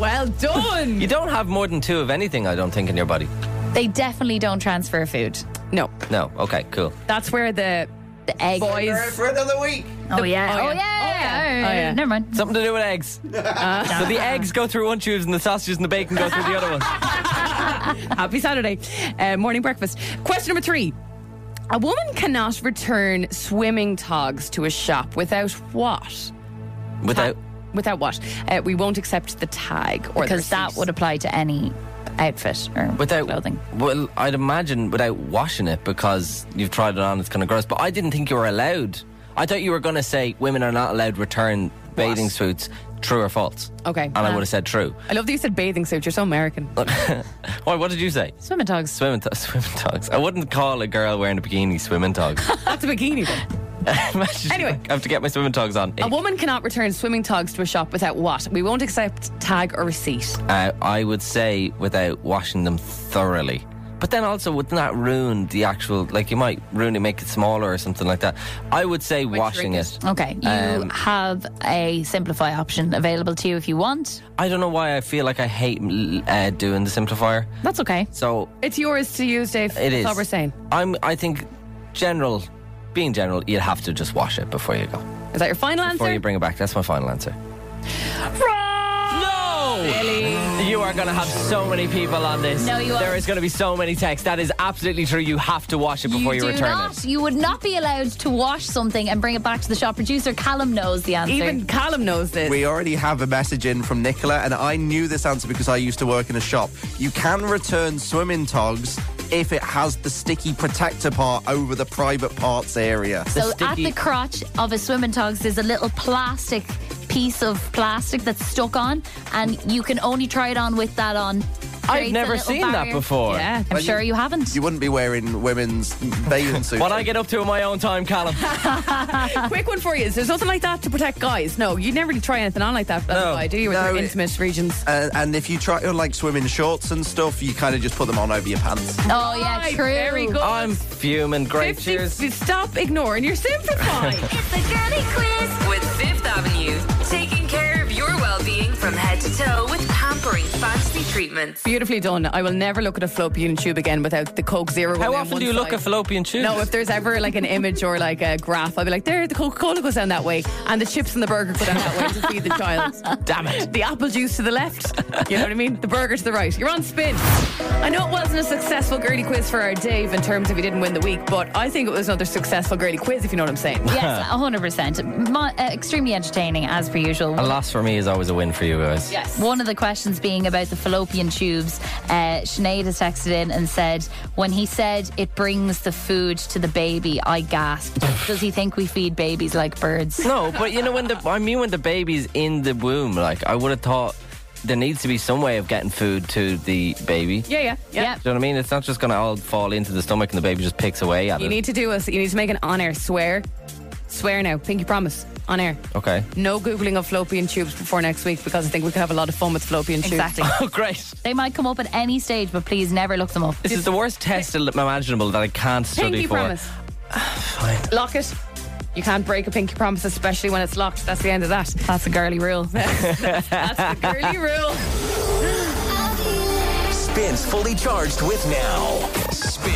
Speaker 3: Well done.
Speaker 6: You don't have more than two of anything, I don't think, in your body.
Speaker 5: They definitely don't transfer food.
Speaker 3: No,
Speaker 6: No. Okay. Cool.
Speaker 3: that's where the
Speaker 5: The egg.
Speaker 3: boys.
Speaker 4: For another week.
Speaker 5: Oh, yeah.
Speaker 3: Oh,
Speaker 5: Oh, yeah.
Speaker 3: yeah. Oh, yeah.
Speaker 5: Never mind.
Speaker 6: Something to do with eggs. so the eggs go through one tube, and the sausages and the bacon go through the other one.
Speaker 3: Happy Saturday. Uh, morning breakfast. Question number three. A woman cannot return swimming togs to a shop without what?
Speaker 6: Without.
Speaker 3: Without what? Uh, we won't accept the tag or
Speaker 5: Because
Speaker 3: the
Speaker 5: that
Speaker 3: receipt.
Speaker 5: would apply to any outfit or
Speaker 6: Without
Speaker 5: clothing.
Speaker 6: Well, I'd imagine without washing it because you've tried it on, it's kind of gross. But I didn't think you were allowed. I thought you were going to say women are not allowed return bathing suits. True or false?
Speaker 3: Okay. uh.
Speaker 6: And I would have said true.
Speaker 3: I love that you said bathing suit. You're so American.
Speaker 6: Why? What did you say?
Speaker 5: Swimming togs.
Speaker 6: Swimming, to- swimming togs. I wouldn't call a girl wearing a bikini swimming togs.
Speaker 3: That's a bikini. though.
Speaker 6: Imagine-
Speaker 3: Anyway.
Speaker 6: I have to get my swimming togs on.
Speaker 3: A woman cannot return swimming togs to a shop without what? We won't accept tag or receipt.
Speaker 6: Uh, I would say without washing them thoroughly. But then also, would not that ruin the actual? Like you might ruin it, make it smaller or something like that. I would say washing it.
Speaker 5: Okay. You
Speaker 6: Um,
Speaker 5: have a simplify option available to you if you want.
Speaker 3: Oh.
Speaker 6: I don't know why I feel like I hate uh, doing the simplifier.
Speaker 5: That's okay.
Speaker 6: So
Speaker 3: It's yours to use, Dave.
Speaker 6: it is.
Speaker 3: That's all we're saying.
Speaker 6: I'm. I think general, being general, you'd have to just wash it before you go,
Speaker 3: Is that your final answer?
Speaker 6: before you bring it back. That's my final answer. No! You are going to have so many people on this.
Speaker 5: No, you
Speaker 6: There
Speaker 5: are.
Speaker 6: is going to be so many texts. That is absolutely true. You have to wash it before you,
Speaker 5: do
Speaker 6: return
Speaker 5: not.
Speaker 6: it.
Speaker 5: You would not be allowed to wash something and bring it back to the shop. Producer Callum knows the answer.
Speaker 3: Even Callum knows this.
Speaker 4: We already have a message in from Nicola, and I knew this answer because I used to work in a shop. You can return swimming togs if it has the sticky protector part over the private parts area.
Speaker 5: so
Speaker 6: The
Speaker 5: at
Speaker 6: sticky-
Speaker 5: the crotch of a swimming togs, there's a little plastic piece of plastic that's stuck on, and you can only try it on with that on. Creates
Speaker 6: I've
Speaker 5: a
Speaker 6: never
Speaker 5: little
Speaker 6: seen that
Speaker 5: barrier.
Speaker 6: before.
Speaker 3: yeah.
Speaker 5: I'm sure you, haven't.
Speaker 4: You wouldn't be wearing women's bathing suits.
Speaker 6: What I get up to in my own time, Callum.
Speaker 3: Quick one for you. Is there something like that to protect guys? No, you never really try anything on like that. That's
Speaker 6: No.
Speaker 3: why, do you? With
Speaker 4: No,
Speaker 3: your
Speaker 4: it-
Speaker 3: intimate regions.
Speaker 4: and, Uh, and if you try on like swimming shorts and stuff, you kind of just put them on over your pants.
Speaker 5: oh yeah,
Speaker 3: Right,
Speaker 5: true.
Speaker 3: Very good.
Speaker 6: I'm fuming. Great.
Speaker 3: 50
Speaker 6: Cheers.
Speaker 3: Stop ignoring your simplify.
Speaker 9: It's the girly quiz.
Speaker 11: With Fifth Avenue, taking care of your well-being from head to toe with pampering fancy treatments.
Speaker 3: Beautifully done. I will never look at a fallopian tube again without the Coke Zero.
Speaker 6: How
Speaker 3: on
Speaker 6: often
Speaker 3: one
Speaker 6: do you look
Speaker 3: side.
Speaker 6: at fallopian tubes?
Speaker 3: No, if there's ever like an image or like a graph, I'll be like, there, the Coca Cola goes down that way, and the chips and the burger go down that way to feed the child.
Speaker 6: Damn it.
Speaker 3: The apple juice to the left. You know what I mean? The burger to the right. You're on spin. I know it wasn't a successful girly quiz for our Dave in terms of he didn't win the week, but I think it was another successful girly quiz, if you know what I'm saying.
Speaker 5: Yes, 100%. Mo- uh, extremely entertaining, as per usual.
Speaker 6: A loss for me is always a win for you guys.
Speaker 3: Yes.
Speaker 5: One of the questions being about the fallopian tubes, uh, Sinead has texted in and said, when he said it brings the food to the baby, I gasped. Does he think we feed babies like birds?
Speaker 6: No, but you know when the I mean when the baby's in the womb, like I would have thought there needs to be some way of getting food to the baby.
Speaker 3: Yeah, yeah, yeah.
Speaker 5: Yep.
Speaker 6: Do you know what I mean? It's not just going to all fall into the stomach and the baby just picks away at
Speaker 3: You
Speaker 6: it.
Speaker 3: need to do us. You need to make an on air swear. Swear now. Think you promise. On air.
Speaker 6: okay.
Speaker 3: No Googling of fallopian tubes before next week because I think we could have a lot of fun with fallopian tubes.
Speaker 5: Exactly.
Speaker 6: Oh, great.
Speaker 5: they might come up at any stage, but please never look them up.
Speaker 6: This is the worst test imaginable that I can't study
Speaker 3: Pinky
Speaker 6: for.
Speaker 3: promise. Lock it. You can't break a pinky promise, especially when it's locked. That's the end of that.
Speaker 5: That's a girly rule.
Speaker 3: That's the girly rule.
Speaker 1: Spins fully charged with now. Spin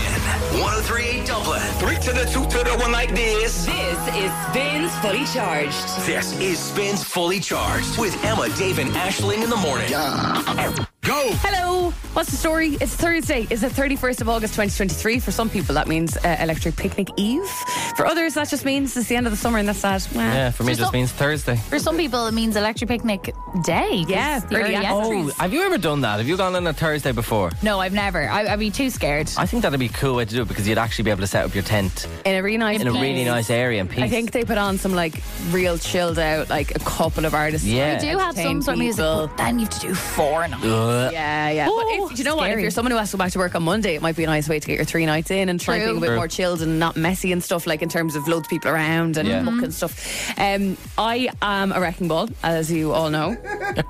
Speaker 1: 1038 Dublin. Three to the two to the one like this.
Speaker 11: This is Spins Fully Charged.
Speaker 1: This is Spins Fully Charged with Emma, Dave, and Ashling in the morning. Go!
Speaker 3: Hello. What's the story? It's Thursday. It's the 31st of August 2023. For some people, that means uh, Electric Picnic Eve. For others, that just means it's the end of the summer and that's sad.
Speaker 6: Yeah, for me it
Speaker 5: Just
Speaker 6: just
Speaker 5: not-
Speaker 6: means Thursday.
Speaker 5: For some people, it means electric picnic day. 'cause
Speaker 3: Yeah,
Speaker 5: the
Speaker 3: early
Speaker 5: early
Speaker 3: access.
Speaker 5: entries.
Speaker 6: Oh, have you ever done that? Have you gone on a Thursday before?
Speaker 5: No, I've never. I, I'd be too scared.
Speaker 6: I think that'd be a cool way to do it because you'd actually be able to set up your tent
Speaker 3: Oh, In a really nice
Speaker 6: in a
Speaker 3: place.
Speaker 6: really nice area and peace.
Speaker 3: I think they put on some like real chilled out, like a couple of artists.
Speaker 6: Yeah.
Speaker 5: I do have some sort of music,
Speaker 3: People.
Speaker 5: but then you have to do four nights.
Speaker 6: Ugh.
Speaker 3: Yeah, yeah.
Speaker 5: Oh,
Speaker 3: but if, you know what? If
Speaker 5: scary.
Speaker 3: you're someone who has to go back to work on Monday, it might be a nice way to get your three nights in and try
Speaker 5: True.
Speaker 3: being a bit
Speaker 6: True.
Speaker 3: more chilled and not messy and stuff, like in terms of loads of people around and
Speaker 6: Yeah.
Speaker 3: book and stuff. Um, I am a wrecking ball, as you all know.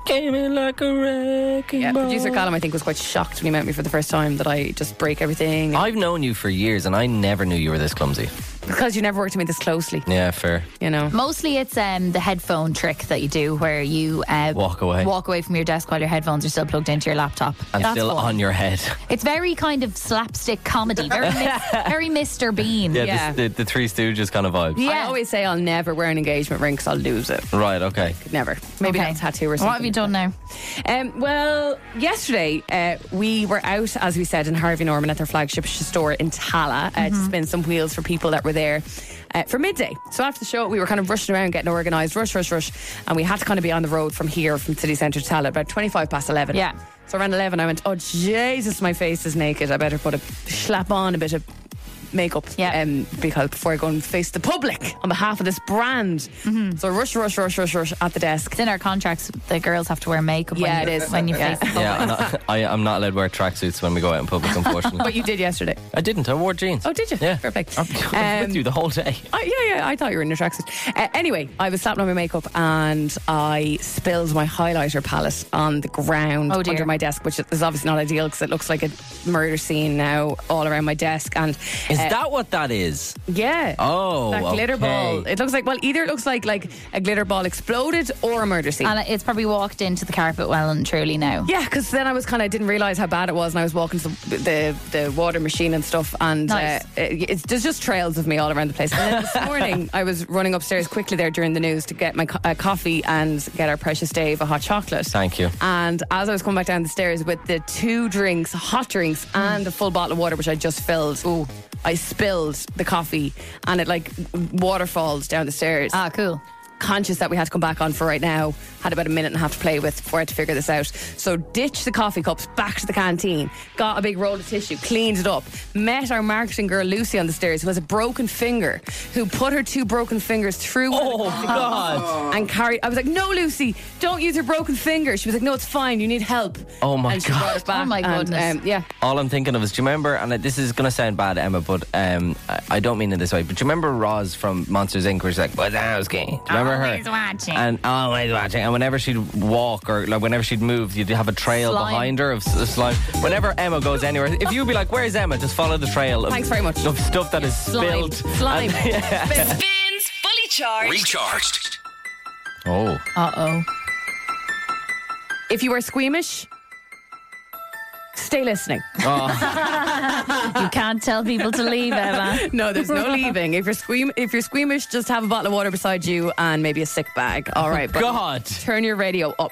Speaker 6: Came in like a wrecking
Speaker 3: Yeah,
Speaker 6: ball.
Speaker 3: producer Callum, I think, was quite shocked when he met me for the first time that I just break everything.
Speaker 6: I've known you for years and I never knew you were this clumsy.
Speaker 3: because you never worked with me this closely.
Speaker 6: Yeah, fair.
Speaker 3: You know,
Speaker 5: Mostly it's um, the headphone trick that you do where you uh,
Speaker 6: Walk away.
Speaker 5: walk away from your desk while your headphones are still plugged into your laptop.
Speaker 6: And
Speaker 5: That's
Speaker 6: still
Speaker 5: fun.
Speaker 6: on your head.
Speaker 5: It's very kind of slapstick comedy, very, mis- very Mr. Bean.
Speaker 6: Yeah, This, the, the Three Stooges kind of vibes.
Speaker 3: I always say I'll never wear an engagement ring because I'll lose it.
Speaker 6: Right, okay.
Speaker 3: Never. Maybe
Speaker 5: Okay.
Speaker 3: not a tattoo or
Speaker 5: What
Speaker 3: something.
Speaker 5: have you done now?
Speaker 3: Um, well, yesterday uh, we were out, as we said, in Harvey Norman at their flagship store in Tala uh, to spin some wheels for people that were there uh, for midday. So after the show, we were kind of rushing around, getting organised, rush, rush, rush, and we had to kind of be on the road from here, from city centre to Tala, about twenty-five past eleven.
Speaker 5: Yeah.
Speaker 3: So around eleven, I went, "Oh Jesus, my face is naked. I better put a slap on a bit of." Makeup,
Speaker 5: Yeah.
Speaker 3: um, because before I go and face the public on behalf of this brand, so rush, rush, rush, rush, rush at the desk.
Speaker 5: It's in our contracts. The girls have to wear makeup.
Speaker 3: Yeah,
Speaker 5: when
Speaker 3: it
Speaker 5: you,
Speaker 3: is.
Speaker 5: when you
Speaker 3: Yeah.
Speaker 5: face the
Speaker 6: Yeah, I'm not, I, am not allowed to wear tracksuits when we go out in public, unfortunately.
Speaker 3: But you did yesterday.
Speaker 6: I didn't. I wore jeans.
Speaker 3: Oh, did you?
Speaker 6: Yeah.
Speaker 3: Fair play.
Speaker 6: I was
Speaker 3: Um,
Speaker 6: with you the whole day.
Speaker 3: I, yeah, yeah, I thought you were in your tracksuit. Uh, anyway, I was slapping on my makeup and I spilled my highlighter palette on the ground
Speaker 5: Oh, dear.
Speaker 3: under my desk, which is obviously not ideal because it looks like a murder scene now all around my desk. And
Speaker 6: Is
Speaker 3: uh,
Speaker 6: that what that is?
Speaker 3: yeah,
Speaker 6: Oh,
Speaker 3: that glitter
Speaker 6: okay.
Speaker 3: ball. It looks like well, either it looks like like a glitter ball exploded or a murder scene. Yeah, 'cause
Speaker 5: And it's probably walked into the carpet well and truly now.
Speaker 3: yeah, because then I was kind of didn't realize how bad it was, and I was walking to the the, the water machine and stuff, and
Speaker 5: Nice.
Speaker 3: uh, it, it's, there's just trails of me all around the place. And then this morning, I was running upstairs quickly there during the news to get my co- uh, coffee and get our precious Dave a hot chocolate.
Speaker 6: Thank you.
Speaker 3: And as I was coming back down the stairs with the two drinks, hot drinks, and the full bottle of water, which I just filled, ooh, I spilled the coffee and it like waterfalls down the stairs.
Speaker 5: Ah, cool.
Speaker 3: Conscious that we had to come back on for right now, had about a minute and a half to play with before I had to figure this out. So, ditched the coffee cups back to the canteen, got a big roll of tissue, cleaned it up, met our marketing girl Lucy on the stairs, who has a broken finger, who put her two broken fingers through. one of the
Speaker 6: Oh,
Speaker 3: coffee cups
Speaker 6: God.
Speaker 3: and carried. I was like, "No, Lucy, don't use your broken finger." She was like, "No, it's fine. You need help."
Speaker 6: Oh, my
Speaker 3: and she brought
Speaker 6: God.
Speaker 3: it back,
Speaker 5: Oh, my
Speaker 3: and,
Speaker 5: goodness.
Speaker 3: um, yeah,
Speaker 6: All I'm thinking of is, do you remember? And this is going to sound bad, Emma, but um, I- I don't mean it this way. But do you remember Roz from Monsters Inc. was like, Wazowski? Do you remember
Speaker 3: Ah.
Speaker 5: Always
Speaker 6: her?
Speaker 5: watching.
Speaker 6: And always watching. And whenever she'd walk or like whenever she'd move, you'd have a trail
Speaker 5: Slime.
Speaker 6: behind her of s- of slime. Whenever Emma goes anywhere, if you'd be like, "Where's Emma?" Just follow the trail. Of,
Speaker 3: Thanks very much.
Speaker 6: Of stuff that is
Speaker 3: slime,
Speaker 6: spilled.
Speaker 3: slime.
Speaker 11: Spins Fully Charged.
Speaker 1: Recharged.
Speaker 6: Oh,
Speaker 5: Uh oh.
Speaker 3: if you are squeamish, stay listening.
Speaker 5: You can't tell people to leave,
Speaker 6: Oh
Speaker 5: Emma.
Speaker 3: No, there's no leaving. If you're squeam, if you're squeamish, just have a bottle of water beside you and maybe a sick bag. All right, but
Speaker 6: God.
Speaker 3: turn your radio up.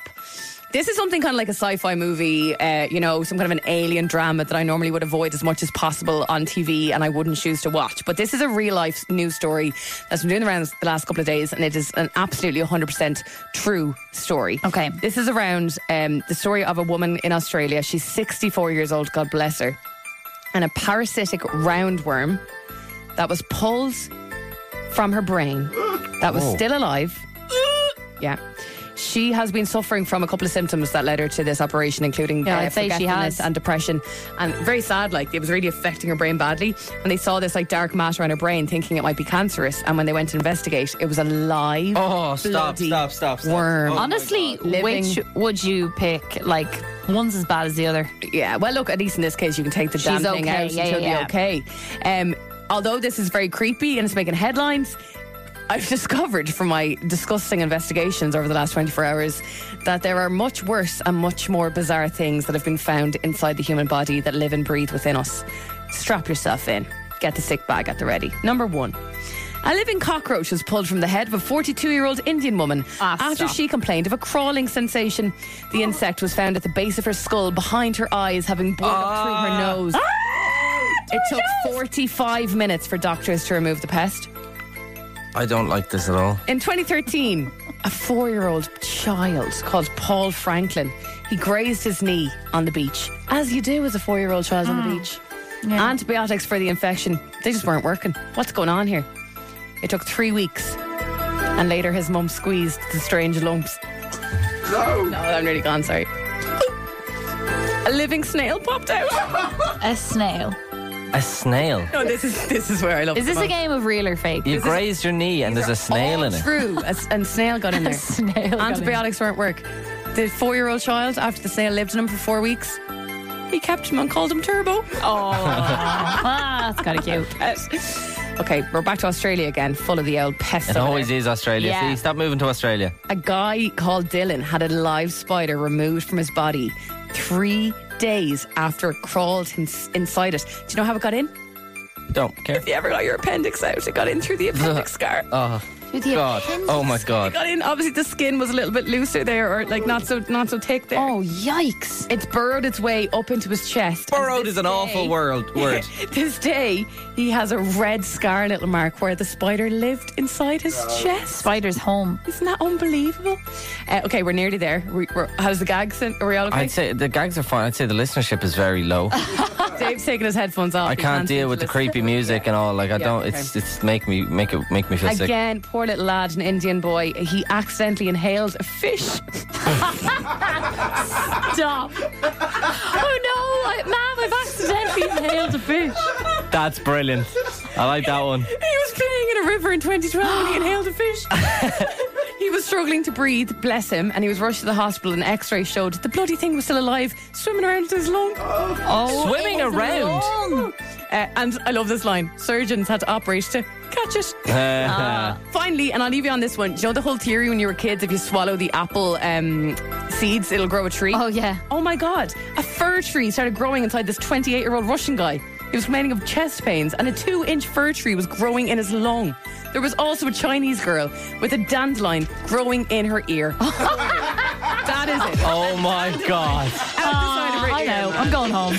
Speaker 3: This is something kind of like a sci-fi movie, uh, you know, some kind of an alien drama that I normally would avoid as much as possible on TV, and I wouldn't choose to watch. But this is a real-life news story that's been doing the rounds the last couple of days, and it is an absolutely 100% true story.
Speaker 5: Okay.
Speaker 3: this is around um, the story of a woman in Australia. She's 64 years old. God bless her and a parasitic roundworm that was pulled from her brain that
Speaker 6: Oh.
Speaker 3: was still alive. Yeah. She has been suffering from a couple of symptoms that led her to this operation, including uh,
Speaker 5: Yeah, I'd say she
Speaker 3: forgetfulness
Speaker 5: has.
Speaker 3: and depression. And very sad, like it was really affecting her brain badly. And they saw this like dark matter on her brain, thinking it might be cancerous. And when they went to investigate, it was a live
Speaker 6: Oh, stop,
Speaker 3: bloody
Speaker 6: stop, stop, Oh, stop.
Speaker 3: worm.
Speaker 5: Honestly,
Speaker 3: Living-
Speaker 5: which would you pick? Like, one's as bad as the other.
Speaker 3: Yeah. Well, look, at least in this case, you can take the
Speaker 5: She's
Speaker 3: damn thing
Speaker 5: okay.
Speaker 3: out. and
Speaker 5: Yeah,
Speaker 3: she'll
Speaker 5: yeah,
Speaker 3: be okay. Um, although this is very creepy and it's making headlines, I've discovered from my disgusting investigations over the last 24 hours that there are much worse and much more bizarre things that have been found inside the human body that live and breathe within us. Strap yourself in. Get the sick bag at the ready. Number one. A living cockroach was pulled from the head of a 42 year old Indian woman
Speaker 5: Ah,
Speaker 3: after
Speaker 5: stop. Oh.
Speaker 3: she complained of a crawling sensation. The insect was found at the base of her skull behind her eyes, having bored up through
Speaker 5: Ah.
Speaker 3: her nose. It took 45 minutes for doctors to remove the pest.
Speaker 6: I don't like this at all.
Speaker 3: In 2013, a four year old child called Paul Franklin, he grazed his knee on the beach, as you do as a four year old child on
Speaker 5: Ah,
Speaker 3: the beach. Antibiotics for the infection, they just weren't working. What's going on here? It took three weeks. And later, his mum squeezed the strange lumps. No! No, I'm really gone, sorry. A living snail popped out.
Speaker 5: A snail.
Speaker 6: A snail.
Speaker 3: No, this is this is where I love.
Speaker 5: Is this a game of real or fake?
Speaker 6: You grazed your knee and there's a snail in it.
Speaker 3: True, a, s- and snail got in there.
Speaker 5: snail got in.
Speaker 3: Antibiotics weren't work. The four-year-old child, after the snail lived in him for four weeks,
Speaker 6: Oh.
Speaker 3: he kept him and called him Turbo.
Speaker 5: Ah, that's kind of cute.
Speaker 3: Uh, Okay, we're back to Australia again, full of the old pests.
Speaker 6: It
Speaker 3: over
Speaker 6: always
Speaker 3: there.
Speaker 6: is Australia.
Speaker 3: Yeah.
Speaker 6: See, stop moving to Australia.
Speaker 3: A guy called Dylan had a live spider removed from his body three days after it crawled him- inside it. Do you know how it got in?
Speaker 6: Don't care. If
Speaker 3: you ever got your appendix out, it got in through the appendix scar.
Speaker 6: Oh,
Speaker 3: the
Speaker 6: God. Oh, my
Speaker 3: It
Speaker 6: God.
Speaker 3: got in. Obviously, the skin was a little bit looser there, or like not so not so thick there. Oh yikes! It's burrowed its way up into his chest.
Speaker 6: Burrowed is an awful world, word.
Speaker 3: this day, he has a red scar little mark where the spider lived inside his chest.
Speaker 5: Spider's home.
Speaker 3: Isn't that unbelievable? Uh, okay, we're nearly there. We, we're, how's the gag? Sin- Are we all okay?
Speaker 6: I'd say the gags are fine. I'd say the listenership is very low.
Speaker 3: Dave's taking his headphones off.
Speaker 6: I
Speaker 3: He
Speaker 6: can't
Speaker 3: seem
Speaker 6: deal
Speaker 3: to
Speaker 6: with the
Speaker 3: listen.
Speaker 6: creepy music and all. Like I
Speaker 3: Yeah,
Speaker 6: don't.
Speaker 3: okay.
Speaker 6: It's it's make me make it make me feel sick.
Speaker 3: Again, poor little lad, an Indian boy. He accidentally inhaled a fish. Stop. Oh no, I, Mom, I've accidentally inhaled a fish.
Speaker 6: That's brilliant. I like that one.
Speaker 3: He was playing in a river in 2012 and he inhaled a fish. he was struggling to breathe, bless him, and he was rushed to the hospital. An x ray showed the bloody thing was still alive, swimming around in his lung.
Speaker 6: Oh, Swimming in his around?
Speaker 3: Uh, and I love this line surgeons had to operate to catch it.
Speaker 6: Ah.
Speaker 3: Finally, and I'll leave you on this one. Do you know the whole theory when you were kids, if you swallow the apple um, seeds, it'll grow a tree? Oh,
Speaker 5: yeah.
Speaker 3: Oh, my God. A fir tree started growing inside this 28 year old Russian guy. He was complaining of chest pains, and a two inch fir tree was growing in his lung. There was also a Chinese girl with a dandelion growing in her ear. that is it.
Speaker 6: Oh my God.
Speaker 3: I know. I'm
Speaker 5: going home.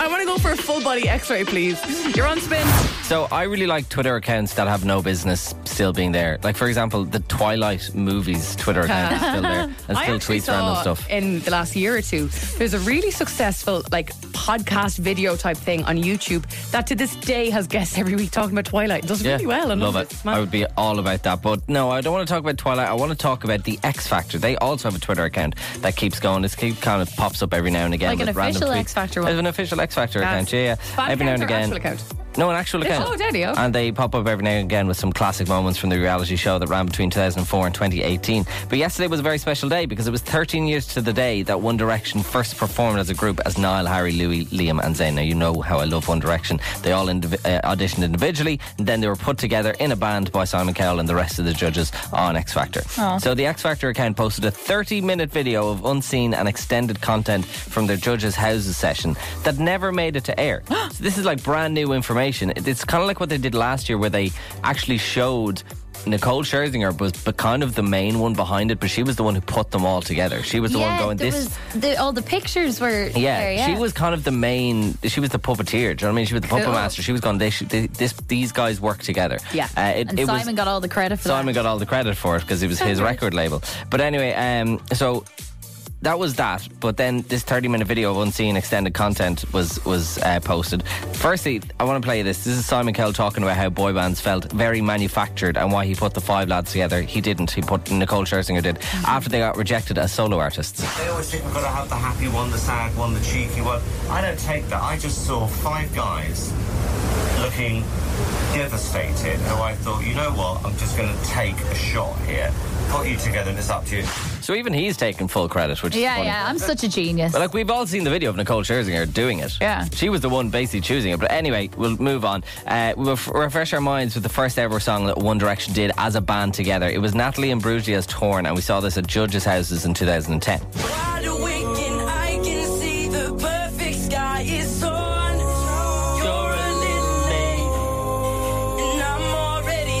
Speaker 3: I want to go for a full body x ray, please. You're on spin.
Speaker 6: So I really like Twitter accounts that have no business still being there. Like for example, the Twilight movies Twitter account is still there and
Speaker 3: I
Speaker 6: still
Speaker 3: actually
Speaker 6: tweets random
Speaker 3: saw
Speaker 6: stuff.
Speaker 3: In the last year or two, there's a really successful like podcast video type thing on YouTube that to this day has guests every week talking about Twilight. It does really well. I
Speaker 6: love it.
Speaker 3: It's mad.
Speaker 6: I would be all about that. But no, I don't want to talk about Twilight. I want to talk about the X Factor. They also have a Twitter account that keeps going. It's keep kind of pops up every now and again
Speaker 5: Like an
Speaker 6: with random
Speaker 5: official
Speaker 6: tweets.
Speaker 5: X Factor one.
Speaker 6: There's an official X Factor
Speaker 5: That's
Speaker 6: account. Yeah, yeah.
Speaker 5: fan
Speaker 6: Every now and
Speaker 5: account or
Speaker 6: again.
Speaker 5: actual account?
Speaker 6: No, an actual
Speaker 5: It's-
Speaker 6: account.
Speaker 5: oh, daddy, oh.
Speaker 6: And they pop up every now and again with some classic moments from the reality show that ran between 2004 and 2018. But yesterday was a very special day because it was 13 years to the day that One Direction first performed as a group as Niall, Harry, Louis, Liam, and Zayn. Now, you know how I love One Direction. They all indiv- uh, auditioned individually, and then they were put together in a band by Simon Cowell and the rest of the judges on X Factor.
Speaker 5: Aw.
Speaker 6: So the X Factor account posted a 30 minute video of unseen and extended content from their judges' houses session that never made it to air. so this is like brand new information. It- It's kind of like what they did last year where they actually showed. Nicole Scherzinger was but kind of the main one behind it, but she was the one who put them all together. She was the one going,
Speaker 5: there
Speaker 6: This
Speaker 5: was the, all the pictures were
Speaker 6: yeah,
Speaker 5: there, yeah.
Speaker 6: she was kind of the main. She was the puppeteer. Do you know what I mean? She was the puppet
Speaker 5: Cool.
Speaker 6: master. She was going. They, should- they, this, these guys work together.
Speaker 5: Yeah.
Speaker 6: Uh, it,
Speaker 5: and
Speaker 6: it
Speaker 5: Simon
Speaker 6: was,
Speaker 5: got all the credit for
Speaker 6: Simon got all the credit for it because it was his record label. But anyway, um, so that was that. But then this 30 minute video of unseen extended content was was uh, posted. Firstly, I want to play you this. This is Simon Cowell talking about how boy bands felt very manufactured and why he put the five lads together. He didn't. He put Nicole Scherzinger did
Speaker 5: Mm-hmm.
Speaker 6: after they got rejected as solo artists.
Speaker 12: They always think we've got to have the happy one, the sad one, the cheeky one. I don't take that. I just saw five guys looking devastated, who I thought, you know what, I'm just going to take a shot here. Put you together, and it's up to you.
Speaker 6: So even he's taking full credit, which
Speaker 5: that.
Speaker 6: is
Speaker 5: Yeah,
Speaker 6: funny.
Speaker 5: yeah, I'm such a genius.
Speaker 6: But like we've all seen the video of Nicole Scherzinger doing it. Yeah, she was the one basically choosing it. But anyway, we'll move on. Uh, we'll f- refresh our minds with the first ever song that One Direction did as a band together. It was Natalie and as Torn, and we saw this at judges' houses in 2010.
Speaker 2: Wide awake and I can see the perfect sky is on. You're a little late, and I'm already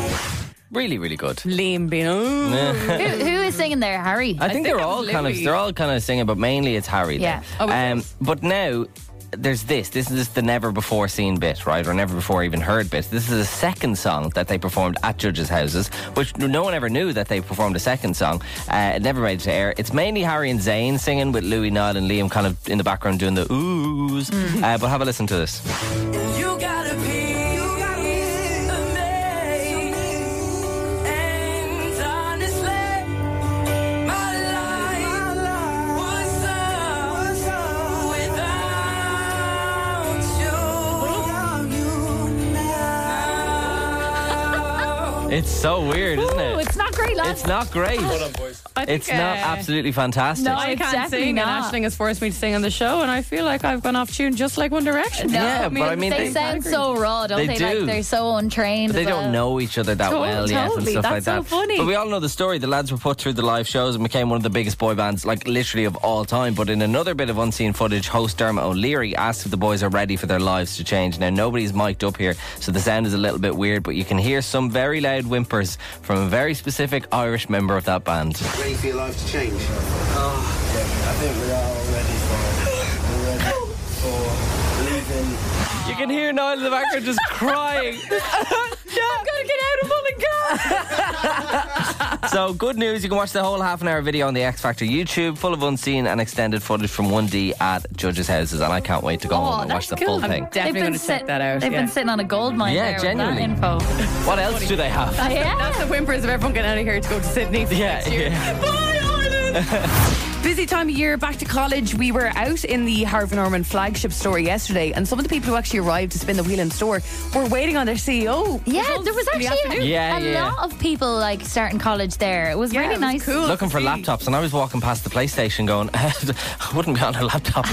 Speaker 2: torn.
Speaker 6: Really, really good.
Speaker 3: Liam being.
Speaker 5: who, who is singing there, Harry?
Speaker 6: I think, they're all kind of they're all kind of singing, but mainly it's Harry.
Speaker 5: Yeah.
Speaker 6: Though. um, but now there's this. This is the never before seen bit, right, or never before even heard bit. This is the second song that they performed at judges' houses, which no one ever knew that they performed a second song. Uh, it never made it to air. It's mainly Harry and Zayn singing with Louis Nile and Liam kind of in the background doing the oohs. Uh, but have a listen to this.
Speaker 2: You gotta be. amazed. And honestly, my life was up without you now.
Speaker 6: It's so weird, isn't it?
Speaker 5: Ooh, Oh, it's not great laugh.
Speaker 6: It's not great.
Speaker 3: Hold on, boys. I think,
Speaker 6: It's not
Speaker 3: uh,
Speaker 6: absolutely fantastic.
Speaker 3: No, I can't
Speaker 5: definitely
Speaker 3: sing, and
Speaker 5: not.
Speaker 3: Ashling has forced me to sing on the show, and I feel like I've gone off tune just like One Direction.
Speaker 6: No. Yeah, but I mean,
Speaker 5: they,
Speaker 6: they-
Speaker 5: sound so raw, don't
Speaker 6: They
Speaker 5: they?
Speaker 6: do.
Speaker 5: Like they're so untrained.
Speaker 6: But they
Speaker 5: as well.
Speaker 6: don't know each other that
Speaker 5: Tot-
Speaker 6: well yet and
Speaker 5: totally,
Speaker 6: stuff
Speaker 5: that's
Speaker 6: like
Speaker 5: so
Speaker 6: that.
Speaker 5: funny.
Speaker 6: But we all know the story. The lads were put through the live shows and became one of the biggest boy bands, like literally of all time. But in another bit of unseen footage, host Dermot O'Leary asked if the boys are ready for their lives to change. Now nobody's mic'd up here, so the sound is a little bit weird, but you can hear some very loud whimpers from a very specific Irish member of that band.
Speaker 13: Ready for your life to change? Oh, I think we are all ready for We're ready for leaving.
Speaker 6: You can hear Niall in the background just crying. I'm
Speaker 3: gonna get out of oh
Speaker 6: So, good news, you can watch the whole half an hour video on the X Factor YouTube, full of unseen and extended footage from 1D at judges' houses. And I can't wait to
Speaker 3: Oh,
Speaker 6: go home and watch the full thing.
Speaker 5: They've been sit- They've been sitting on a gold mine
Speaker 6: Yeah,
Speaker 5: there
Speaker 6: genuinely.
Speaker 5: with that info.
Speaker 6: What else do they have?
Speaker 3: That's,
Speaker 5: Yeah.
Speaker 3: the, that's the whimpers of everyone getting out of here to go to Sydney for
Speaker 6: Yeah,
Speaker 3: next year.
Speaker 6: yeah.
Speaker 3: Bye, Ireland! Busy time of year, back to college. We were out in the Harvey Norman flagship store yesterday, and some of the people who actually arrived to spin the wheel in store were waiting on their CEO.
Speaker 5: Yeah, there was
Speaker 3: in the
Speaker 5: actually a,
Speaker 3: afternoon.
Speaker 6: Yeah,
Speaker 5: a
Speaker 6: yeah.
Speaker 5: lot of people like starting college there. It was
Speaker 3: Yeah,
Speaker 5: really
Speaker 3: it was
Speaker 5: nice.
Speaker 3: cool.
Speaker 6: Looking for laptops, and I was walking past the PlayStation going, I wouldn't be on a laptop.